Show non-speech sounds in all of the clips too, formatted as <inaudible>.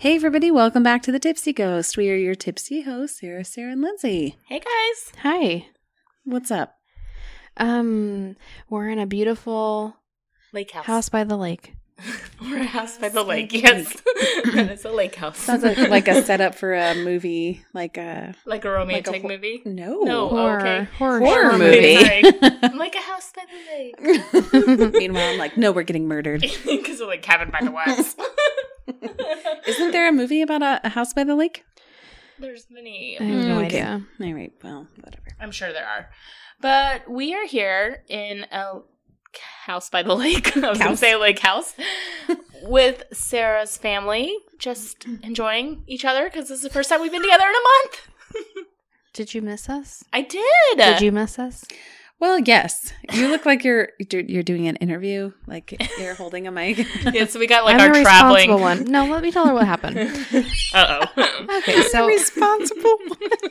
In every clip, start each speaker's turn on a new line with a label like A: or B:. A: Hey, everybody, welcome back to the Tipsy Ghost. We are your tipsy hosts, Sarah, Sarah, and Lindsay.
B: Hey guys.
C: Hi.
A: What's up?
C: Um, we're in a beautiful
B: Lake house.
C: house by the lake.
B: <laughs> We're a house by the lake.
A: Lake.
B: Yes. <laughs> it's a lake house.
A: Sounds <laughs> like, like a setup for a movie, like a.
B: <laughs> like a romantic
A: ho-
B: movie.
A: No.
B: No. Oh,
C: horror,
B: okay.
C: horror,
A: Horror
C: show.
A: movie.
B: Sorry. I'm like a house by the
A: <laughs>
B: lake.
A: Meanwhile, I'm like, no, we're getting murdered.
B: <laughs> Because of like cabin by the woods.
A: Isn't there a movie about a, a house by the lake?
B: <laughs> There's many.
C: I <laughs> have no
A: Mm, Okay.
C: idea.
A: All right, well, whatever.
B: I'm sure there are. But we are here in a house by the lake. <laughs> I was going to
A: House.
B: say lake house with Sarah's family, just enjoying each other because this is the first time we've been together in a month.
C: Did you miss us?
B: I did.
C: Did you miss us?
A: Well, yes, you look like you're you're doing an interview, like you're holding a mic.
B: Yeah, so we got like
C: I'm
B: our
C: a
B: traveling.
C: responsible one. No, let me tell her what happened.
A: <laughs>
B: Uh
C: <laughs>
B: oh.
C: Okay, so
A: responsible.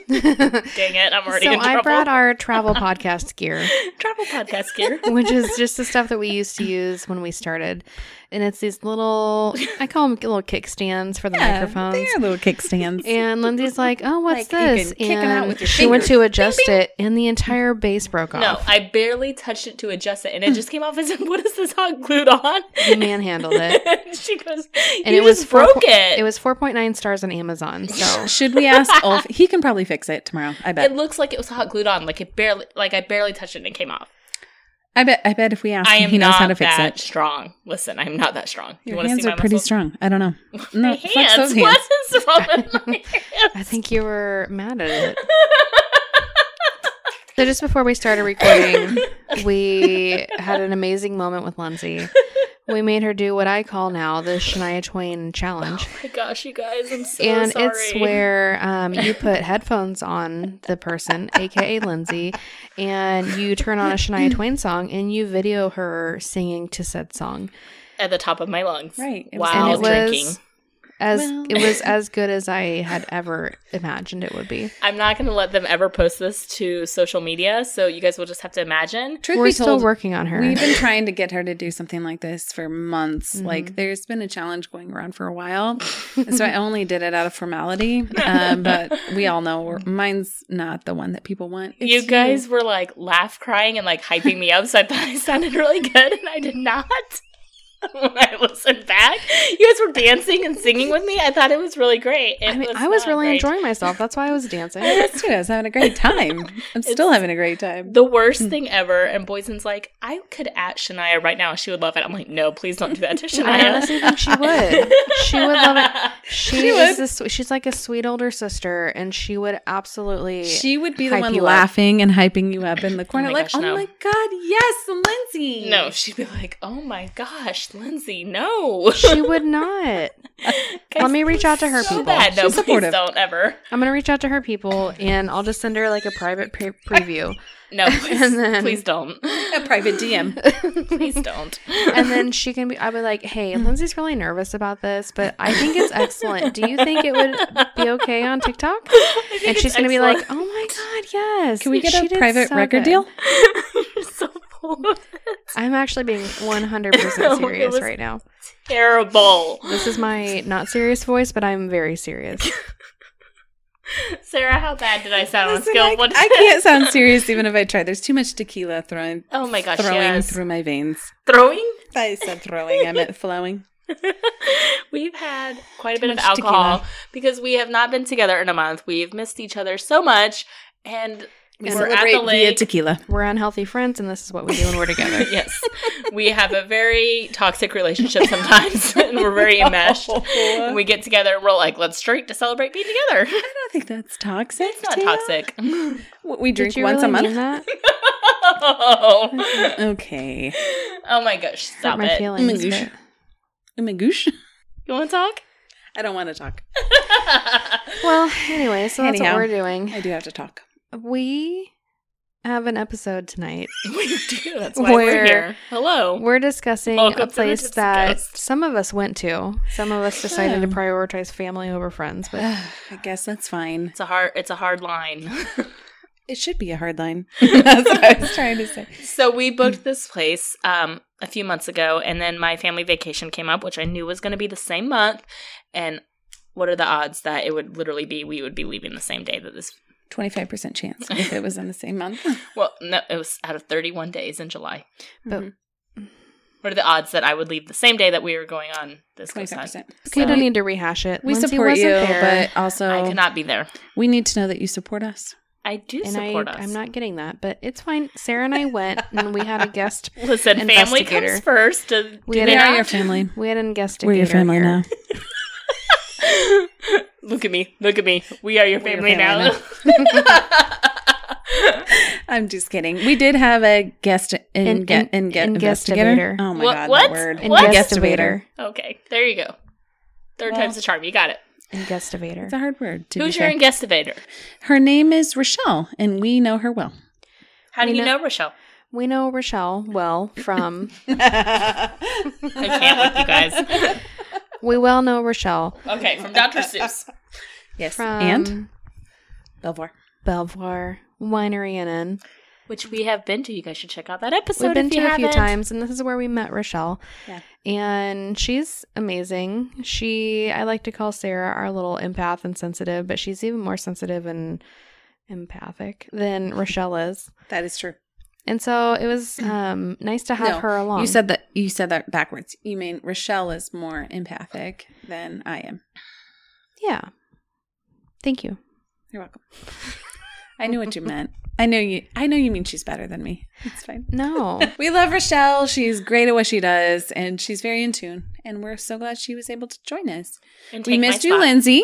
B: Dang it, I'm already
C: so
B: in trouble.
C: I brought our travel podcast gear,
B: travel podcast gear.
A: <laughs>
C: which is just the stuff that we used to use when we started, and it's these little I call them little kickstands for the
A: <laughs> Yeah,
C: microphones.
A: They're little kickstands.
C: And Lindsay's like, "Oh, what's
A: Like, you
C: this?"
A: can kick 'em out
C: And
A: with your
C: she went
A: fingers.
C: to adjust it, and the entire base broke
B: No,
C: off.
B: I barely touched it to adjust it, and it just came off as <laughs> what is this hot glued on? <laughs>
C: You manhandled it,
B: she goes,
C: and
B: "You
C: it was
B: just
C: four
B: broke
C: po-
B: it.
C: It was four point nine stars on Amazon. So
A: Should we ask Ulf? He can probably fix it tomorrow. I bet.
B: It looks like it was hot glued on. Like it barely, like I barely touched it, and it came off.
A: I bet. I bet if we ask
B: I
A: him,
B: am
A: he knows
B: not
A: how to fix
B: that
A: it.
B: strong. Listen, I'm not that strong.
A: Your
B: wanna
A: hands are pretty
B: muscles?
A: strong. I don't
B: <laughs>
A: know.
B: My
A: No, flex those
B: hands.
A: hands.
B: What is wrong with my
C: I
B: hands?
C: think you were mad at
B: <laughs>
C: it. So just before we started recording, we had an amazing moment with Lindsay. We made her do what I call now the Shania Twain challenge.
B: Oh my gosh, you guys, I'm <laughs> so
C: and
B: sorry.
C: it's where um, you put headphones on the person, aka Lindsay, and you turn on a Shania Twain song and you video her singing to said song.
B: at the top of my lungs.
A: Right. It was-
B: Wow.
C: and it was
B: drinking.
C: as
A: Well.
C: it
A: <laughs>
C: was as good as I had ever imagined it would be.
B: I'm not going to let them ever post this to social media, so you guys will just have to imagine.
A: Truth
C: We're
A: be
C: still
A: told,
C: working on her.
A: we've been trying to get her to do something like this for months.
C: Mhm.
A: Like, there's been a challenge going around for a while, And <laughs> so I only did it out of <laughs> formality. Um, but we all know we're- mine's not the one that people want. It's
B: you guys were like laugh crying and like hyping me up, so I thought I sounded really good, and I did not. <laughs> when I listened back, you guys were dancing and singing with me. I thought it was really great. It
C: I mean, I was
B: not
C: really
B: great.
C: enjoying myself. That's why I was
B: <laughs>
C: dancing.
A: Yes, too. I was having a <laughs> great time. I'm still having a great time.
B: the worst
C: Hmm.
B: thing ever. And Boysen's like, I could at Shania right now. She would love it. I'm like, no, please don't do
C: <laughs>
B: that to
C: I
B: Shania.
C: honestly think she would. She would love it.
B: <laughs>
C: She,
A: She
C: is
A: would.
C: the swe- she's like a sweet older sister, and she would absolutely.
A: She would be the
C: Hype
A: one
C: you up.
A: laughing and hyping you up in the corner,
B: my
A: like,
B: gosh,
A: "Oh
B: no.
A: my god, yes, Lindsay."
B: <laughs> no, she'd be like, oh my gosh, Lindsay, no. <laughs>
C: she would not. Let me reach out to her
B: so
C: people.
B: Bad. No,
A: She's
B: please
A: supportive.
B: don't ever.
C: I'm gonna reach out to her people, and I'll just send her like a private pre- preview,
B: No,
A: <laughs>
B: please,
C: And then-
B: please don't. <laughs>
A: a private <laughs> DM. <laughs>
B: Please don't.
C: and then she can be. I would like, hey,
A: Mm-hmm.
C: Lindsay's really nervous about this, but I think it's excellent. Do you think it would be okay on
A: <laughs>
C: TikTok? And she's gonna be like, oh my god, yes.
A: Can we get
C: She
A: a
C: did
A: private
C: so
A: record
C: good."
A: deal? <laughs>
B: You're so full of
C: I'm actually being 100%
B: It
C: serious
B: was-
C: right now.
B: <laughs> terrible.
C: This
A: <laughs>
C: is my not serious voice, but I'm very serious.
B: Sarah, how bad did I sound on
A: Listen,
B: scale?
A: I,
B: of one <laughs> to
A: I
B: ten?
A: can't sound serious even if I try. There's too much tequila throwing
B: Oh my gosh,
A: throwing
B: yes.
A: through my veins.
B: Throwing?
A: I said throwing, I meant flowing.
B: We've had quite a bit of
A: much
B: alcohol
A: tequila.
B: because we have not been together in a month. We've missed each other so much, and
A: We
B: we're at
A: celebrate
B: the
A: via
B: lake.
A: tequila.
C: We're unhealthy friends, and this is what we do when we're
A: <laughs>
C: together.
B: <laughs> yes, we have a very toxic relationship sometimes, <laughs> and
A: <laughs>
B: we're very enmeshed.
A: Oh.
B: When we get together, and we're like, let's drink to celebrate being together. <laughs>
A: I don't think that's toxic.
B: It's not
A: to you.
B: toxic.
A: What, we drink
C: Did you
A: once
C: really
A: a month. <laughs>
C: mean that?
B: <laughs> oh.
A: Okay.
B: my gosh,
C: Hurt
B: stop
C: my
B: it.
C: feelings.
A: Moosh.
C: but-
A: Oh my gosh. <laughs>
B: You want to talk?
A: I don't want to talk.
C: <laughs> Well, anyway, so that's
A: Anyhow.
C: what we're doing.
A: I do have to talk.
C: We have an episode tonight.
B: we do. That's why
C: Where-
B: we're here. Hello.
C: We're discussing
B: Welcome
C: a
B: to the
C: place
B: Tipsy
C: that
B: Ghost.
C: some of us went to. Some of us
A: <sighs>
C: decided to
A: Oh.
C: prioritize family over friends,
A: <sighs>
C: but
A: I guess that's fine.
B: it's a hard. It's a hard line.
C: <laughs>
A: It should be a hard line. <laughs> that's what
B: <laughs>
A: I was trying to say.
B: so we booked this place um, a few months ago, and then my family vacation came up, which I knew was going to be the same month, and what are the odds that it would literally be we would be leaving the same day that this?
A: 25% chance if it was in the same
B: <laughs>
A: month.
B: Well, no, it was out of 31 days in July. Mm-hmm.
C: But-
A: Mhm.
B: What are the odds that I would leave the same day that we were going on this Coast Hike?
A: 25%.
C: Okay,
B: So-
C: don't need to rehash it.
A: We
C: Lindsay
A: support you,
C: wasn't there,
A: but also
B: I cannot be there.
A: we need to know that you support us.
B: I do
C: and I,
B: support us.
C: I'm not getting that, but it's fine. Sarah and I went, and we
B: <laughs>
C: had a guest.
B: Listen, family comes
C: Investigator.
B: first. Do,
C: We
B: do
C: had
B: they
C: an-
B: not?
A: We are your family.
C: We had a guest.
A: We're your family
C: here.
A: now.
B: <laughs> look at me. Look at me. We are your
A: We're your
B: family, now.
A: I'm just kidding. We did have a guest in,
C: An-
A: get,
C: an-
A: in get
C: an
A: investigator.
C: guestivator.
A: Oh my
B: What-
A: god,
B: what?
A: that word.
B: What?
A: Investigator.
B: <laughs> okay, there you go. Third
A: Well-
B: time's the charm. You got it.
C: And
A: It's a
C: guestivator.
A: hard word. To
B: Who's
A: be
B: your
A: fair.
B: investigator?
A: Her name is Rochelle, and we know her
B: <laughs>
A: well.
B: How do
C: We
B: you
C: know-
B: know Rochelle?
C: We know Rochelle well from.
B: I can't with you <laughs> guys.
C: we well know Rochelle
B: Okay, from Dr. Seuss.
A: Yes,
C: from
A: and Belvoir.
C: Belvoir Winery and Inn.
B: Which we have been to. You guys should check out that episode.
C: We've been
B: if
C: to
B: you
C: a few
B: haven't.
C: times, and this is where we met Rochelle.
A: Yeah.
C: And she's amazing. She, I like to call Sarah our little empath and sensitive, but she's even more sensitive and empathic than Rochelle is.
A: That is true.
C: And so it was um, nice to have
A: No,
C: her along.
A: You said that. You said that backwards. You mean Rochelle is more empathic than I am.
C: yeah. Thank you.
A: You're
C: <laughs>
A: welcome. I knew what you meant. I know you. I know you mean she's better than me. It's fine.
C: No,
A: We love Rochelle. She's great at what she does, and she's very in tune. And we're so glad she was able to join us.
B: And
A: we
B: take my
A: missed you,
B: spot.
A: Lindsay.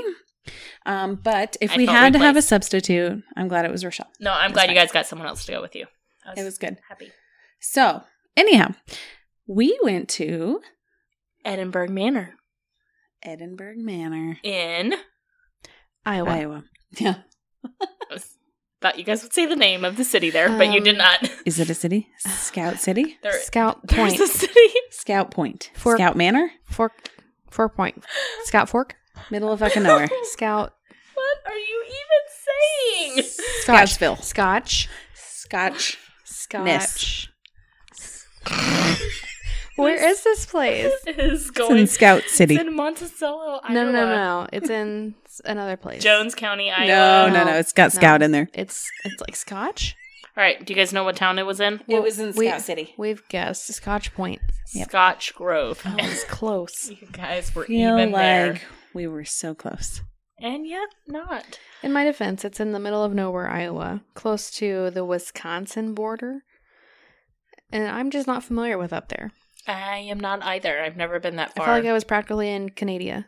A: Um, but if
B: I
A: we
B: felt
A: had to have a
B: replaced.
A: substitute, I'm glad it was Rochelle.
B: No, I'm glad you guys got someone else to go with you. I
A: It was good.
B: happy.
A: So, anyhow, we went to
B: Edinburgh Manor
A: Edinburgh Manor,
B: in.
C: Iowa.
A: Iowa. Yeah.
B: I was- thought you guys would say the name of the city there, but you did
C: Um,
B: not. <laughs>
A: Is it a city? Scout City?
B: There,
C: Scout
B: <laughs> there's
C: Point.
B: a city.
A: Scout Point.
C: For-
A: Scout Manor?
C: Fork. Four point. Scout Fork.
A: Middle of fucking
B: <laughs>
A: nowhere.
C: Scout.
B: What are you even saying?
A: <laughs>
C: Scotch.
A: Scottsville.
C: Scotch.
A: Scotch.
C: Scotch.
A: Ness.
C: Where is this place?
B: This is
A: It's
B: going
A: in Scout City.
B: It's in Monticello, Iowa.
C: No, no, no, no. It's in s- another place.
B: Jones County, Iowa.
A: No, Oh, no, no. It's got
C: No.
A: Scout in there.
C: It's it's like Scotch.
B: All right. Do you guys know what town it was in?
A: It was in
C: we-
A: Scout City.
C: We've guessed Scotch Point.
A: Yep.
B: Scotch Grove.
C: Oh, <laughs> it's
B: <laughs>
C: close.
B: you guys were
A: Feel
B: even
A: like
B: there,
A: we were so close.
B: and yet not.
C: In my defense, it's in the middle of nowhere, Iowa, close to the Wisconsin border, and I'm just not familiar with up there.
B: I am not either. I've never been that
C: I
B: far.
C: felt like I was practically in Canada.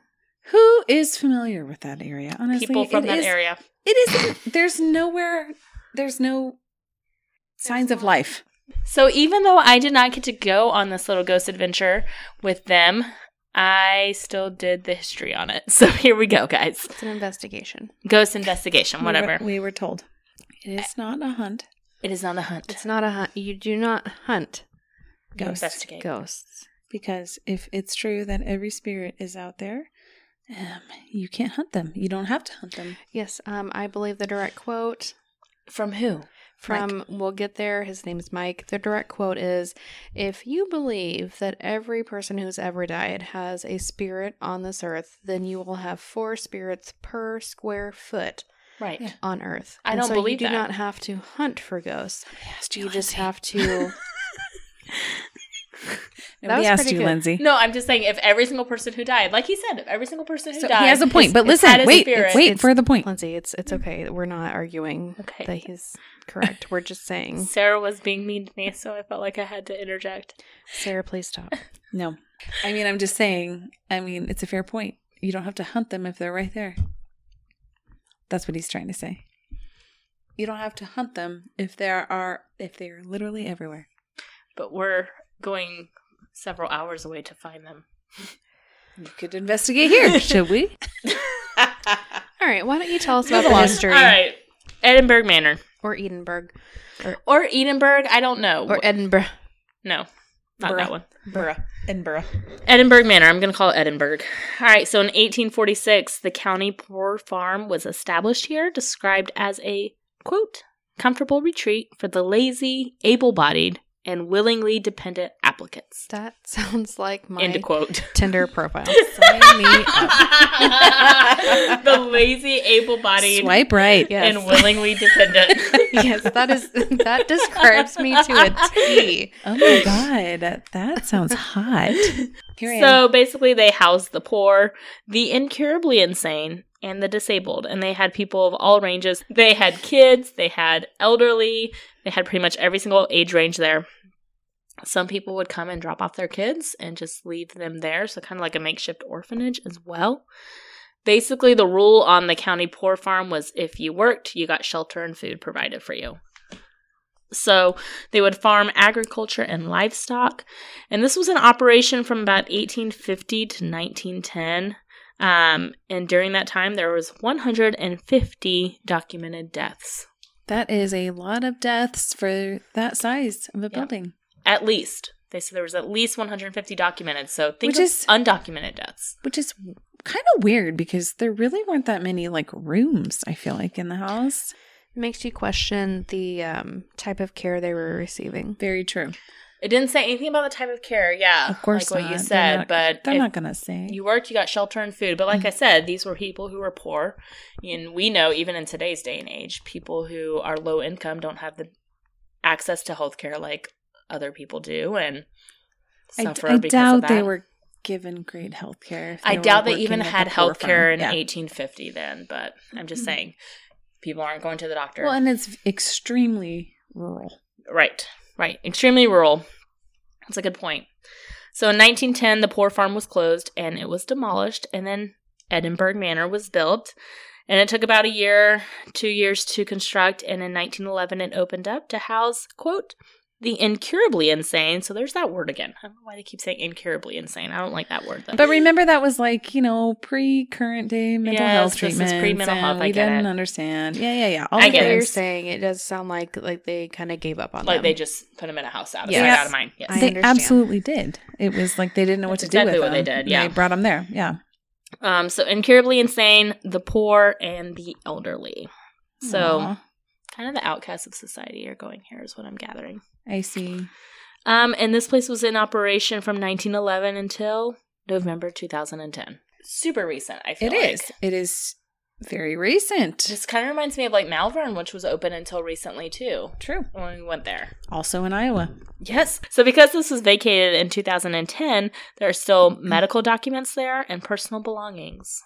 A: Who is familiar with that area? Honestly,
B: People from
A: it
B: that
A: is-
B: area.
A: It is. There's nowhere. There's no signs of life.
B: So even though I did not get to go on this little ghost adventure with them, I still did the history on it. <laughs> So here we go, guys.
C: It's an investigation.
B: Ghost investigation,
A: We were-
B: whatever.
A: We were, told it is not a hunt.
B: It is on the hunt.
C: It's not a hunt. You do not hunt
B: You
A: Ghost.
B: Investigate.
C: ghosts.
A: Because if it's true that every spirit is out there, um, you can't hunt them. You don't have to hunt them.
C: Yes, um, I believe the direct quote
B: From who?
C: from we'll get there his name's mike the direct quote is if you believe that every person who's ever died has a spirit on this earth then you will have four spirits per square foot
B: Right.
A: Yeah.
C: on earth
B: I
C: And
B: don't
C: so
B: believe
C: you
B: that.
C: do not have to hunt for ghosts
A: We asked
C: you just
A: Lindsay.
C: have to
A: No,
C: that
A: we
C: was
A: asked
C: pretty
A: you,
C: good.
A: Lindsay.
B: No, I'm just saying if every single person who died, like he said, if every single person who
A: So he
B: died
A: has a point, but
B: has- has had
A: listen,
B: a
A: wait, <laughs>
B: spirit-
A: wait
C: It's-
A: for the point.
C: lindsay it's it's okay we're not arguing
B: Mm. Okay.
C: that he's correct we're
B: <laughs>
C: just saying
B: Sarah was being mean to me, so I felt like I had to interject.
C: sarah please stop
B: <laughs>
A: No, I mean I'm just saying. I mean it's a fair point. You don't have to hunt them if they're right there. That's what he's trying to say. You don't have to hunt them if there are if they are literally everywhere.
B: But we're going several hours away to find them.
A: You could investigate
C: <laughs>
A: here, should we?
C: all right why don't you tell us about
A: Move
C: the
A: along.
C: history
B: All right. Edinburgh Manor.
C: or edinburgh
B: Or Edinburgh, I don't know.
C: or edinburgh
B: no, not
A: Bruh.
B: that one.
A: Burra and Burra.
B: Edinburgh Manor. I'm going to call it Edinburgh. All right. So in 1846, the county poor farm was established here, described as a quote comfortable retreat for the lazy, able-bodied, and willingly dependent applicants.
C: That <laughs> sounds like my
B: End quote.
C: Tinder profile.
A: Sign me up.
B: <laughs> the lazy, able-bodied,
A: Swipe right.
C: Yes.
B: and willingly dependent.
C: <laughs> yes, that is <laughs> that describes me to a T.
A: Oh my god, that sounds hot.
C: <laughs>
A: Here I am.
B: So basically, they housed the poor, the incurably insane, and the disabled. And they had people of all ranges. They had kids, they had elderly, they had pretty much every single age range there. Some people would come and drop off their kids and just leave them there. So, kind of like a makeshift orphanage as well. Basically, the rule on the county poor farm was if you worked, you got shelter and food provided for you. So, they would farm agriculture and livestock. And this was an operation from about 1850 to 1910. Um, and during that time, there was 150 documented deaths,
A: That is a lot of deaths for that size of a building.
B: at least. They said there was at least 150 documented. So think
A: Which
B: of
A: is-
B: undocumented deaths.
A: Which is kind of weird because there really weren't that many like rooms, I feel like, in the house.
C: Makes you question the um, type of care they were receiving.
A: Very true.
B: It didn't say anything about the type of care. Yeah,
A: Of course
B: like what
A: not.
B: you
A: They're
B: said.
A: not-
B: but
A: They're
B: if
A: not gonna say.
B: you worked, you got shelter and food. But like
A: Mm-hmm.
B: I said, these were people who were poor, and we know even in today's day and age, people who are low income don't have the access to healthcare like other people do, and
A: I,
B: suffer
A: I
B: because of
A: doubt
B: that.
A: they were given great health care.
B: I doubt they even had
A: health
B: healthcare
A: care
B: in 1850 then, but I'm just
A: Mhm.
B: saying people aren't going to the doctor.
A: Well, and it's extremely
B: <laughs>
A: rural.
B: Right, right. Extremely rural. That's a good point. So in 1910, the poor farm was closed and it was demolished, and then Edinburgh Manor was built. And it took about a year, two years to construct, and in 1911, it opened up to house, quote, the incurably insane. So there's that word again. I don't know why they keep saying incurably insane. I don't like that word though.
A: But remember, that was like you know pre current day mental
B: Yes,
A: health
B: this is
A: treatment.
B: pre-mental health, I
A: We
B: get
A: didn't
B: it.
A: understand. Yeah, yeah, yeah. All
B: I
A: the
B: get
C: what
B: it.
C: you're
A: things.
C: saying, it does sound like like they kind of gave up on
B: like
C: them.
B: they just put him in a house out of
C: Yes.
B: sight, out of mind. Yes.
C: I
A: they
C: understand.
A: absolutely did. It was like they didn't know what
B: That's
A: to
B: exactly
A: do
B: what
A: with
B: they
A: them.
B: did, yeah.
A: They brought them there. Yeah.
B: Um, so incurably insane, the poor, and the elderly. So
A: Aw,
B: kind of the outcasts of society are going here, is what I'm gathering.
A: I see.
B: Um, and this place was in operation from 1911 until November 2010. Super recent, I feel
A: It is.
B: like.
A: It is very recent.
B: This kind of reminds me of like Malvern, which was open until recently too,
A: True.
B: when we went there.
A: Also in Iowa.
B: Yes. So because this was vacated in 2010, there are still
A: Mm-hmm.
B: medical documents there and personal belongings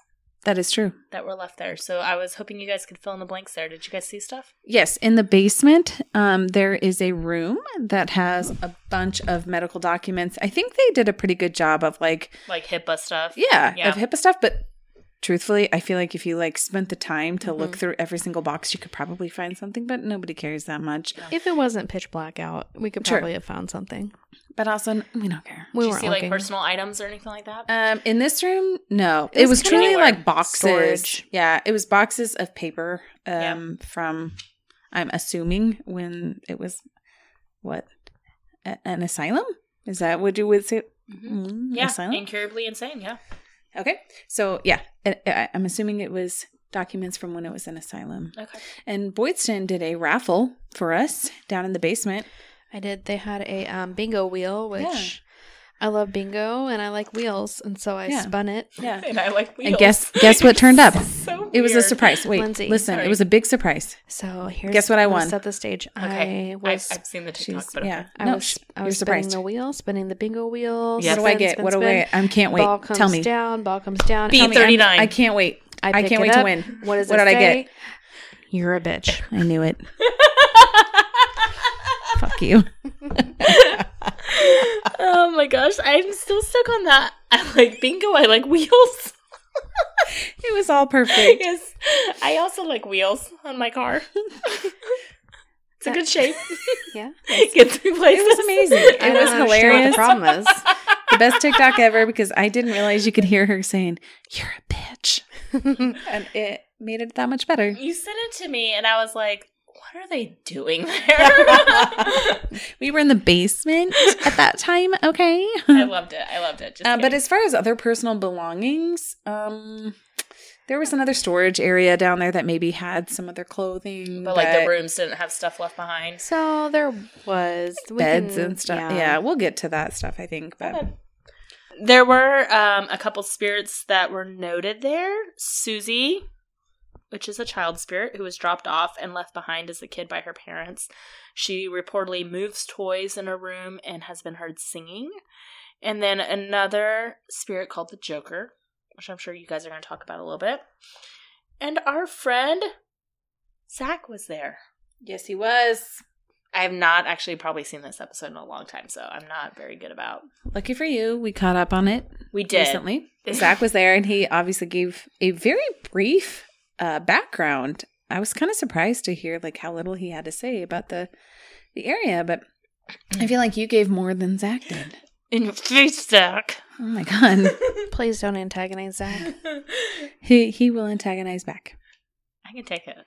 A: That is true.
B: that were left there. So I was hoping you guys could fill in the blanks there. Did you guys see stuff?
A: Yes, in the basement, um, there is a room that has a bunch of medical documents. I think they did a pretty good job of like,
B: Like HIPAA stuff?
A: yeah,
B: Yeah.
A: of HIPAA stuff. But truthfully, I feel like if you like spent the time to look through every single box, you could probably find something. But nobody cares that much.
C: if it wasn't pitch black out, we could
A: Sure.
C: probably have found something.
A: But also, n- we don't care.
C: We
B: Did you
C: weren't
B: see
C: looking.
B: like personal items or anything like that?
A: Um, in this room, no,
B: It
A: it
B: was
A: was,
B: kinda
A: truly
B: anywhere.
A: like boxes.
C: Storage.
A: Yeah, it was boxes of paper.
B: Yeah.
A: Um, from I'm assuming when it was what a- an asylum is that what you would say?
B: Mhm.
A: Mm,
B: Yeah,
A: asylum.
B: incurably insane. Yeah,
A: Okay, so yeah, I- I- I'm assuming it was documents from when it was an asylum.
B: okay.
A: And Boydston did a raffle for us down in the basement.
C: I did. They had a um, bingo wheel, which I love bingo and I like wheels, and so I
A: Yeah.
C: spun it.
A: Yeah.
B: And I like wheels.
A: And
B: <laughs>
A: guess guess what turned up?
B: so
A: It was a
B: weird.
A: surprise. Wait,
C: Lindsay,
A: listen,
B: sorry.
A: it was a big surprise.
C: So here's
A: Guess what I
C: I'm gonna
A: won?
C: Set the stage.
B: Okay,
C: I
B: I,
C: was
B: I've seen the TikTok,
A: She's
B: but
A: yeah.
C: I
A: no,
C: was
A: sh-
C: I
A: you're
C: was spinning
A: surprised.
C: the wheel, spinning the bingo wheel.
B: Yeah.
A: What do I
C: spin,
A: get?
C: spin,
A: what do I?
C: spin.
A: I can't wait.
C: Ball comes
A: Tell me.
C: down. Ball comes down.
B: Beat
C: Tell me,
A: Tell me, I'm-
B: 39.
A: I can't wait. I,
C: pick
A: can't
C: it
A: wait to
C: up.
A: win.
C: What does
A: What
C: it
A: did I
C: say?
A: get?
C: You're a bitch.
A: <laughs> I knew it. <laughs> Fuck you.
B: yeah. <laughs> oh my gosh, I'm still stuck on that. <laughs> I like bingo. I like wheels. <laughs>
A: It was all perfect.
B: yes, I also like wheels on my car. <laughs> it's a
A: <laughs>
B: good shape. <laughs>
C: Yeah.
B: Gets me places.
A: It was
B: <laughs>
A: amazing.
C: I
A: It
C: don't
A: was
C: understand
A: hilarious.
C: What the problem is
A: <laughs> The best TikTok ever because I didn't realize you could hear her saying, "You're a <laughs> bitch," and it made it that much better.
B: You sent it to me, and I was like, "What are they doing
A: <laughs>
B: <laughs> there?"
A: We were in the basement at that time.
B: <laughs>
A: Okay.
B: I loved it. I loved it. Just
A: Uh, but
B: kidding.
A: as far as other personal belongings, um, There was another storage area down there that maybe had some other clothing,
B: But like the
A: that-
B: rooms didn't have stuff left behind.
C: So there was we
A: beds
C: can-
A: and stuff. Yeah. we'll get to that stuff. I think, but
B: Okay. There were um, a couple spirits that were noted there. Susie, which is a child spirit who was dropped off and left behind as a kid by her parents. She reportedly moves toys in her room and has been heard singing. And then another spirit called the Joker, which I'm sure you guys are going to talk about a little bit. And our friend Zach was there.
A: yes, he was
B: I have not actually probably seen this episode in a long time, so I'm not very good about.
A: lucky for you. We caught up on it
B: We did.
A: recently. Zach was there, and he obviously gave a very brief uh, background. I was kind of surprised to hear like how little he had to say about the the area, but I feel like you gave more than Zach did.
B: in <laughs> your face, Zach.
A: Oh my god,
C: Please don't antagonize Zach.
B: I
A: he he will antagonize back.
B: can take <laughs> it.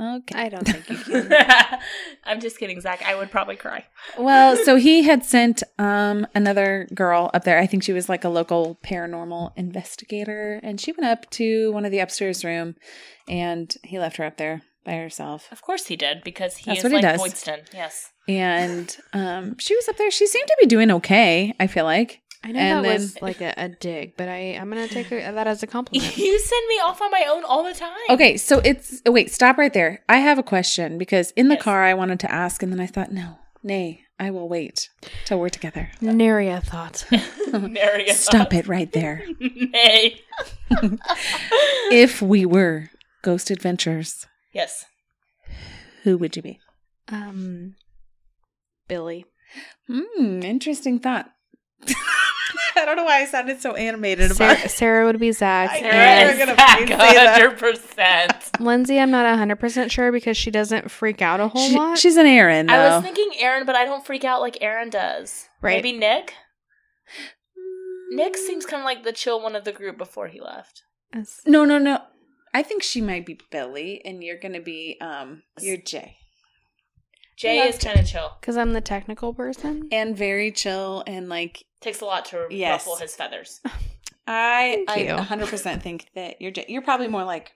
A: Okay.
C: I don't think you can.
B: <laughs> I'm just kidding, Zach. I would probably cry.
A: Well, so he had sent um another girl up there. I think she was like a local paranormal investigator and she went up to one of the upstairs room and he left her up there by herself.
B: Of course he did, because he
A: That's
B: is
A: what he
B: like
A: does.
B: Boydston. Yes.
A: And um she was up there. She seemed to be doing okay, I feel like.
C: I know
A: And
C: that was like a, a dig, but I I'm gonna take a, that as a
B: <laughs> <laughs>
C: compliment.
B: you send me off on my own all the time. <laughs>
A: Okay, so it's oh, wait, stop right there. I have a question because in the
B: Yes.
A: car I wanted to ask and then I thought, no, nay, I will wait till we're together.
C: Nary a thought.
B: Mary, I
A: Stop
B: <laughs> thought.
A: it right there.
B: Nay.
A: if we were ghost adventures,
B: yes.
A: who would you be?
C: <laughs> Um, Billy.
A: Hmm, interesting thought. <laughs> I don't know why I sounded so animated about
C: Sarah, Sarah would be Zach.
A: I
C: and
A: Yes.
B: Sarah
A: You're gonna
B: Zach,
A: say that.
B: 100%.
C: Lindsay, I'm not 100% sure because she doesn't freak out a whole
A: She,
C: lot.
A: she's an Aaron, though.
B: I was thinking Aaron, but I don't freak out like Aaron does.
C: Right.
B: Maybe Nick? Nick seems kind of like the chill one of the group before he left.
C: Yes.
A: No, no, no. I think she might be Billy, and you're gonna be um, you're Jay,
B: Jay
A: That's
B: is kind of chill.
C: Because I'm the technical person.
A: and very chill, and like
B: Takes a lot to
A: Yes.
B: ruffle his feathers.
A: I,
C: Thank you.
A: I 100 percent think that you're Jay. You're probably more like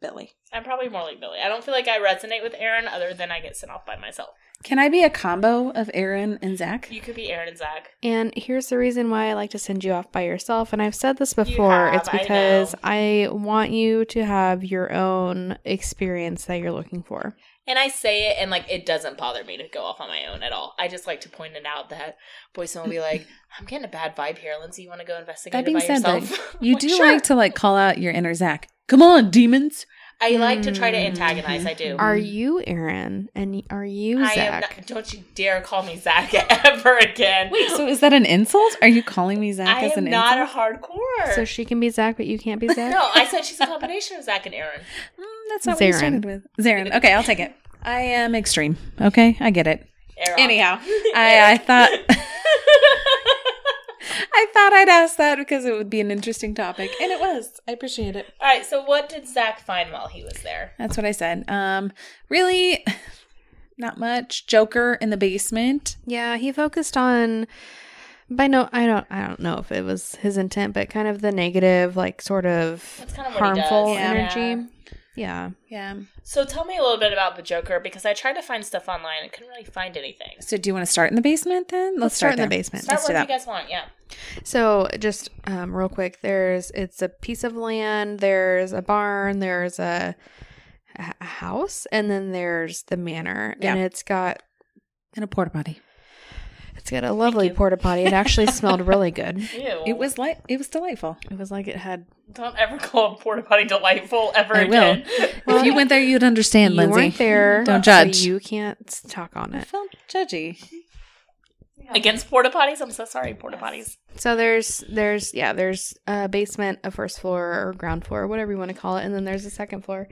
A: Billy.
B: I'm probably more like Billy. I don't feel like I resonate with Aaron other than I get sent off by myself.
A: Can I be a combo of Aaron and Zach?
B: You could be Aaron and Zach.
C: And here's the reason why I like to send you off by yourself. And I've said this
B: You
C: before.
B: have,
C: it's
B: I know.
C: because I, want you to have your own experience that you're looking for.
B: And I say it and like it doesn't bother me to go off on my own at all. I just like to point it out that boy someone will
A: <laughs>
B: be like, I'm getting a bad vibe here, Lindsay, you wanna go investigate
A: That
B: it
A: being
B: by
A: said,
B: yourself? <laughs> I'm
A: You
B: like,
A: do
B: "Sure."
A: like to like call out your inner Zach. Come on, demons. <laughs>
B: I like to try to
A: Mm-hmm.
B: antagonize, I do.
C: Are you Aaron? And are you
B: I am
C: Zach?
B: not, don't you dare call me Zach <laughs> ever again.
A: Wait, so is that an insult? Are you calling me Zach
B: I
A: as
B: am
A: an
B: not
A: insult?
B: a hardcore.
C: so she can be Zach, but you can't be Zach?
B: no, I said she's a combination of Zach
A: <laughs>
B: and Aaron.
A: Mm, that's not what you
C: Zarin.
A: started with. Zarin. Okay, I'll take it. <laughs> I am extreme. Okay, I get it. <laughs>
B: Aaron.
A: Anyhow, I, I thought <laughs> I thought I'd ask that because it would be an interesting topic, and it was. I appreciate it.
B: All right, so what did Zach find while he was there?
A: That's what I said. Um, really, <sighs> not much. Joker in the basement.
C: Yeah, he focused on by no I don't I don't know if it was his intent, but kind of the negative, like sort of
B: That's kind of what he does.
C: harmful
A: Yeah.
C: energy. Yeah.
A: Yeah.
B: So tell me a little bit about the Joker because I tried to find stuff online and couldn't really find anything.
A: So, do you want to start in the basement then? Let's,
C: start in the
A: there.
C: basement.
B: Start
A: Let's do
B: wherever you
A: that.
B: guys want. Yeah.
C: So just um, real quick, there's it's a piece of land, there's a barn, there's a, a house, and then there's the manor. And
A: Yeah.
C: it's got
A: In a porta potty.
C: it's got a lovely
B: you.
C: porta potty. It actually smelled really good.
B: Ew.
A: It was like it was delightful.
C: It was like it had
B: Don't ever call a porta potty delightful ever
A: I will.
B: again. <laughs>
A: if you went there, you'd understand,
C: you
A: Lindsay.
C: weren't there.
A: Don't
C: so
A: judge.
C: you can't talk on
A: I
C: it.
A: felt judgy.
B: Against porta potties, I'm so sorry, porta potties.
C: So there's there's yeah there's a basement, a first floor or ground floor, whatever you want to call it, and then there's a second floor.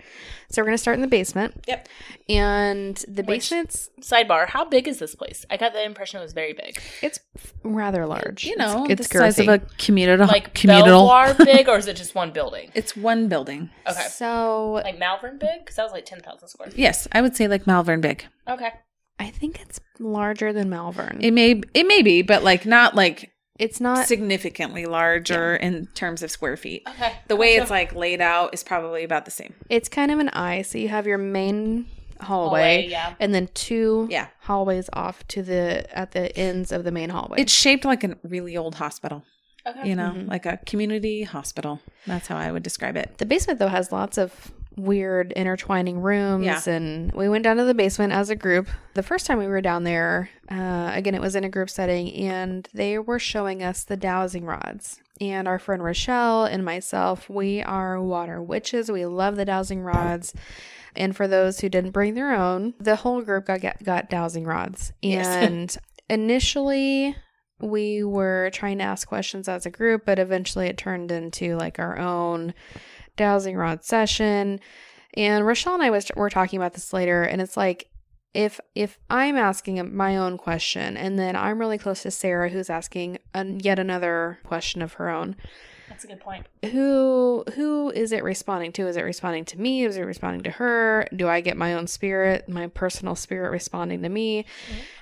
C: So we're gonna start in the basement.
A: Yep.
C: And the
B: Which-
C: basement's
B: Sidebar: How big is this place? I got the impression it was very big,
C: it's rather large.
A: You
C: It's-
A: know,
C: it's,
A: the size of
C: girthy.
A: a communal
B: like
A: Uh, communal. <laughs>
B: Belvoir big, or is it just one building?
A: It's one building.
B: Okay,
C: So
B: like Malvern big, because that was like ten thousand square feet.
A: Yes, I would say like Malvern big.
B: Okay,
C: I think it's larger than Malvern.
A: It may it may be, but like not like
C: It's not
A: significantly larger in terms of square feet.
B: Okay.
A: The way it's like laid out is probably about the same.
C: it's kind of an eye. So you have your main hallway,
B: yeah.
C: and then two
A: Yeah.
C: hallways off to the at the ends of the main hallway.
A: It's shaped like a really old hospital,
B: Okay. Mm-hmm.
A: you know,
C: Mhm.
A: like a community hospital. That's how I would describe it.
C: the basement though has lots of weird intertwining rooms
A: Yeah.
C: and we went down to the basement as a group the first time we were down there uh, again it was in a group setting and they were showing us the dowsing rods and our friend rochelle and myself we are water witches we love the dowsing rods and for those who didn't bring their own the whole group got got, got dowsing rods
B: Yes.
C: and initially we were trying to ask questions as a group, but eventually it turned into like our own dowsing rod session. And Rochelle and I was were talking about this later, and it's like if if I'm asking my own question, and then I'm really close to Sarah, who's asking an, yet another question of her own.
B: That's a good point.
C: Who who is it responding to? Is it responding to me? Is it responding to her? Do I get my own spirit, my personal spirit responding to me?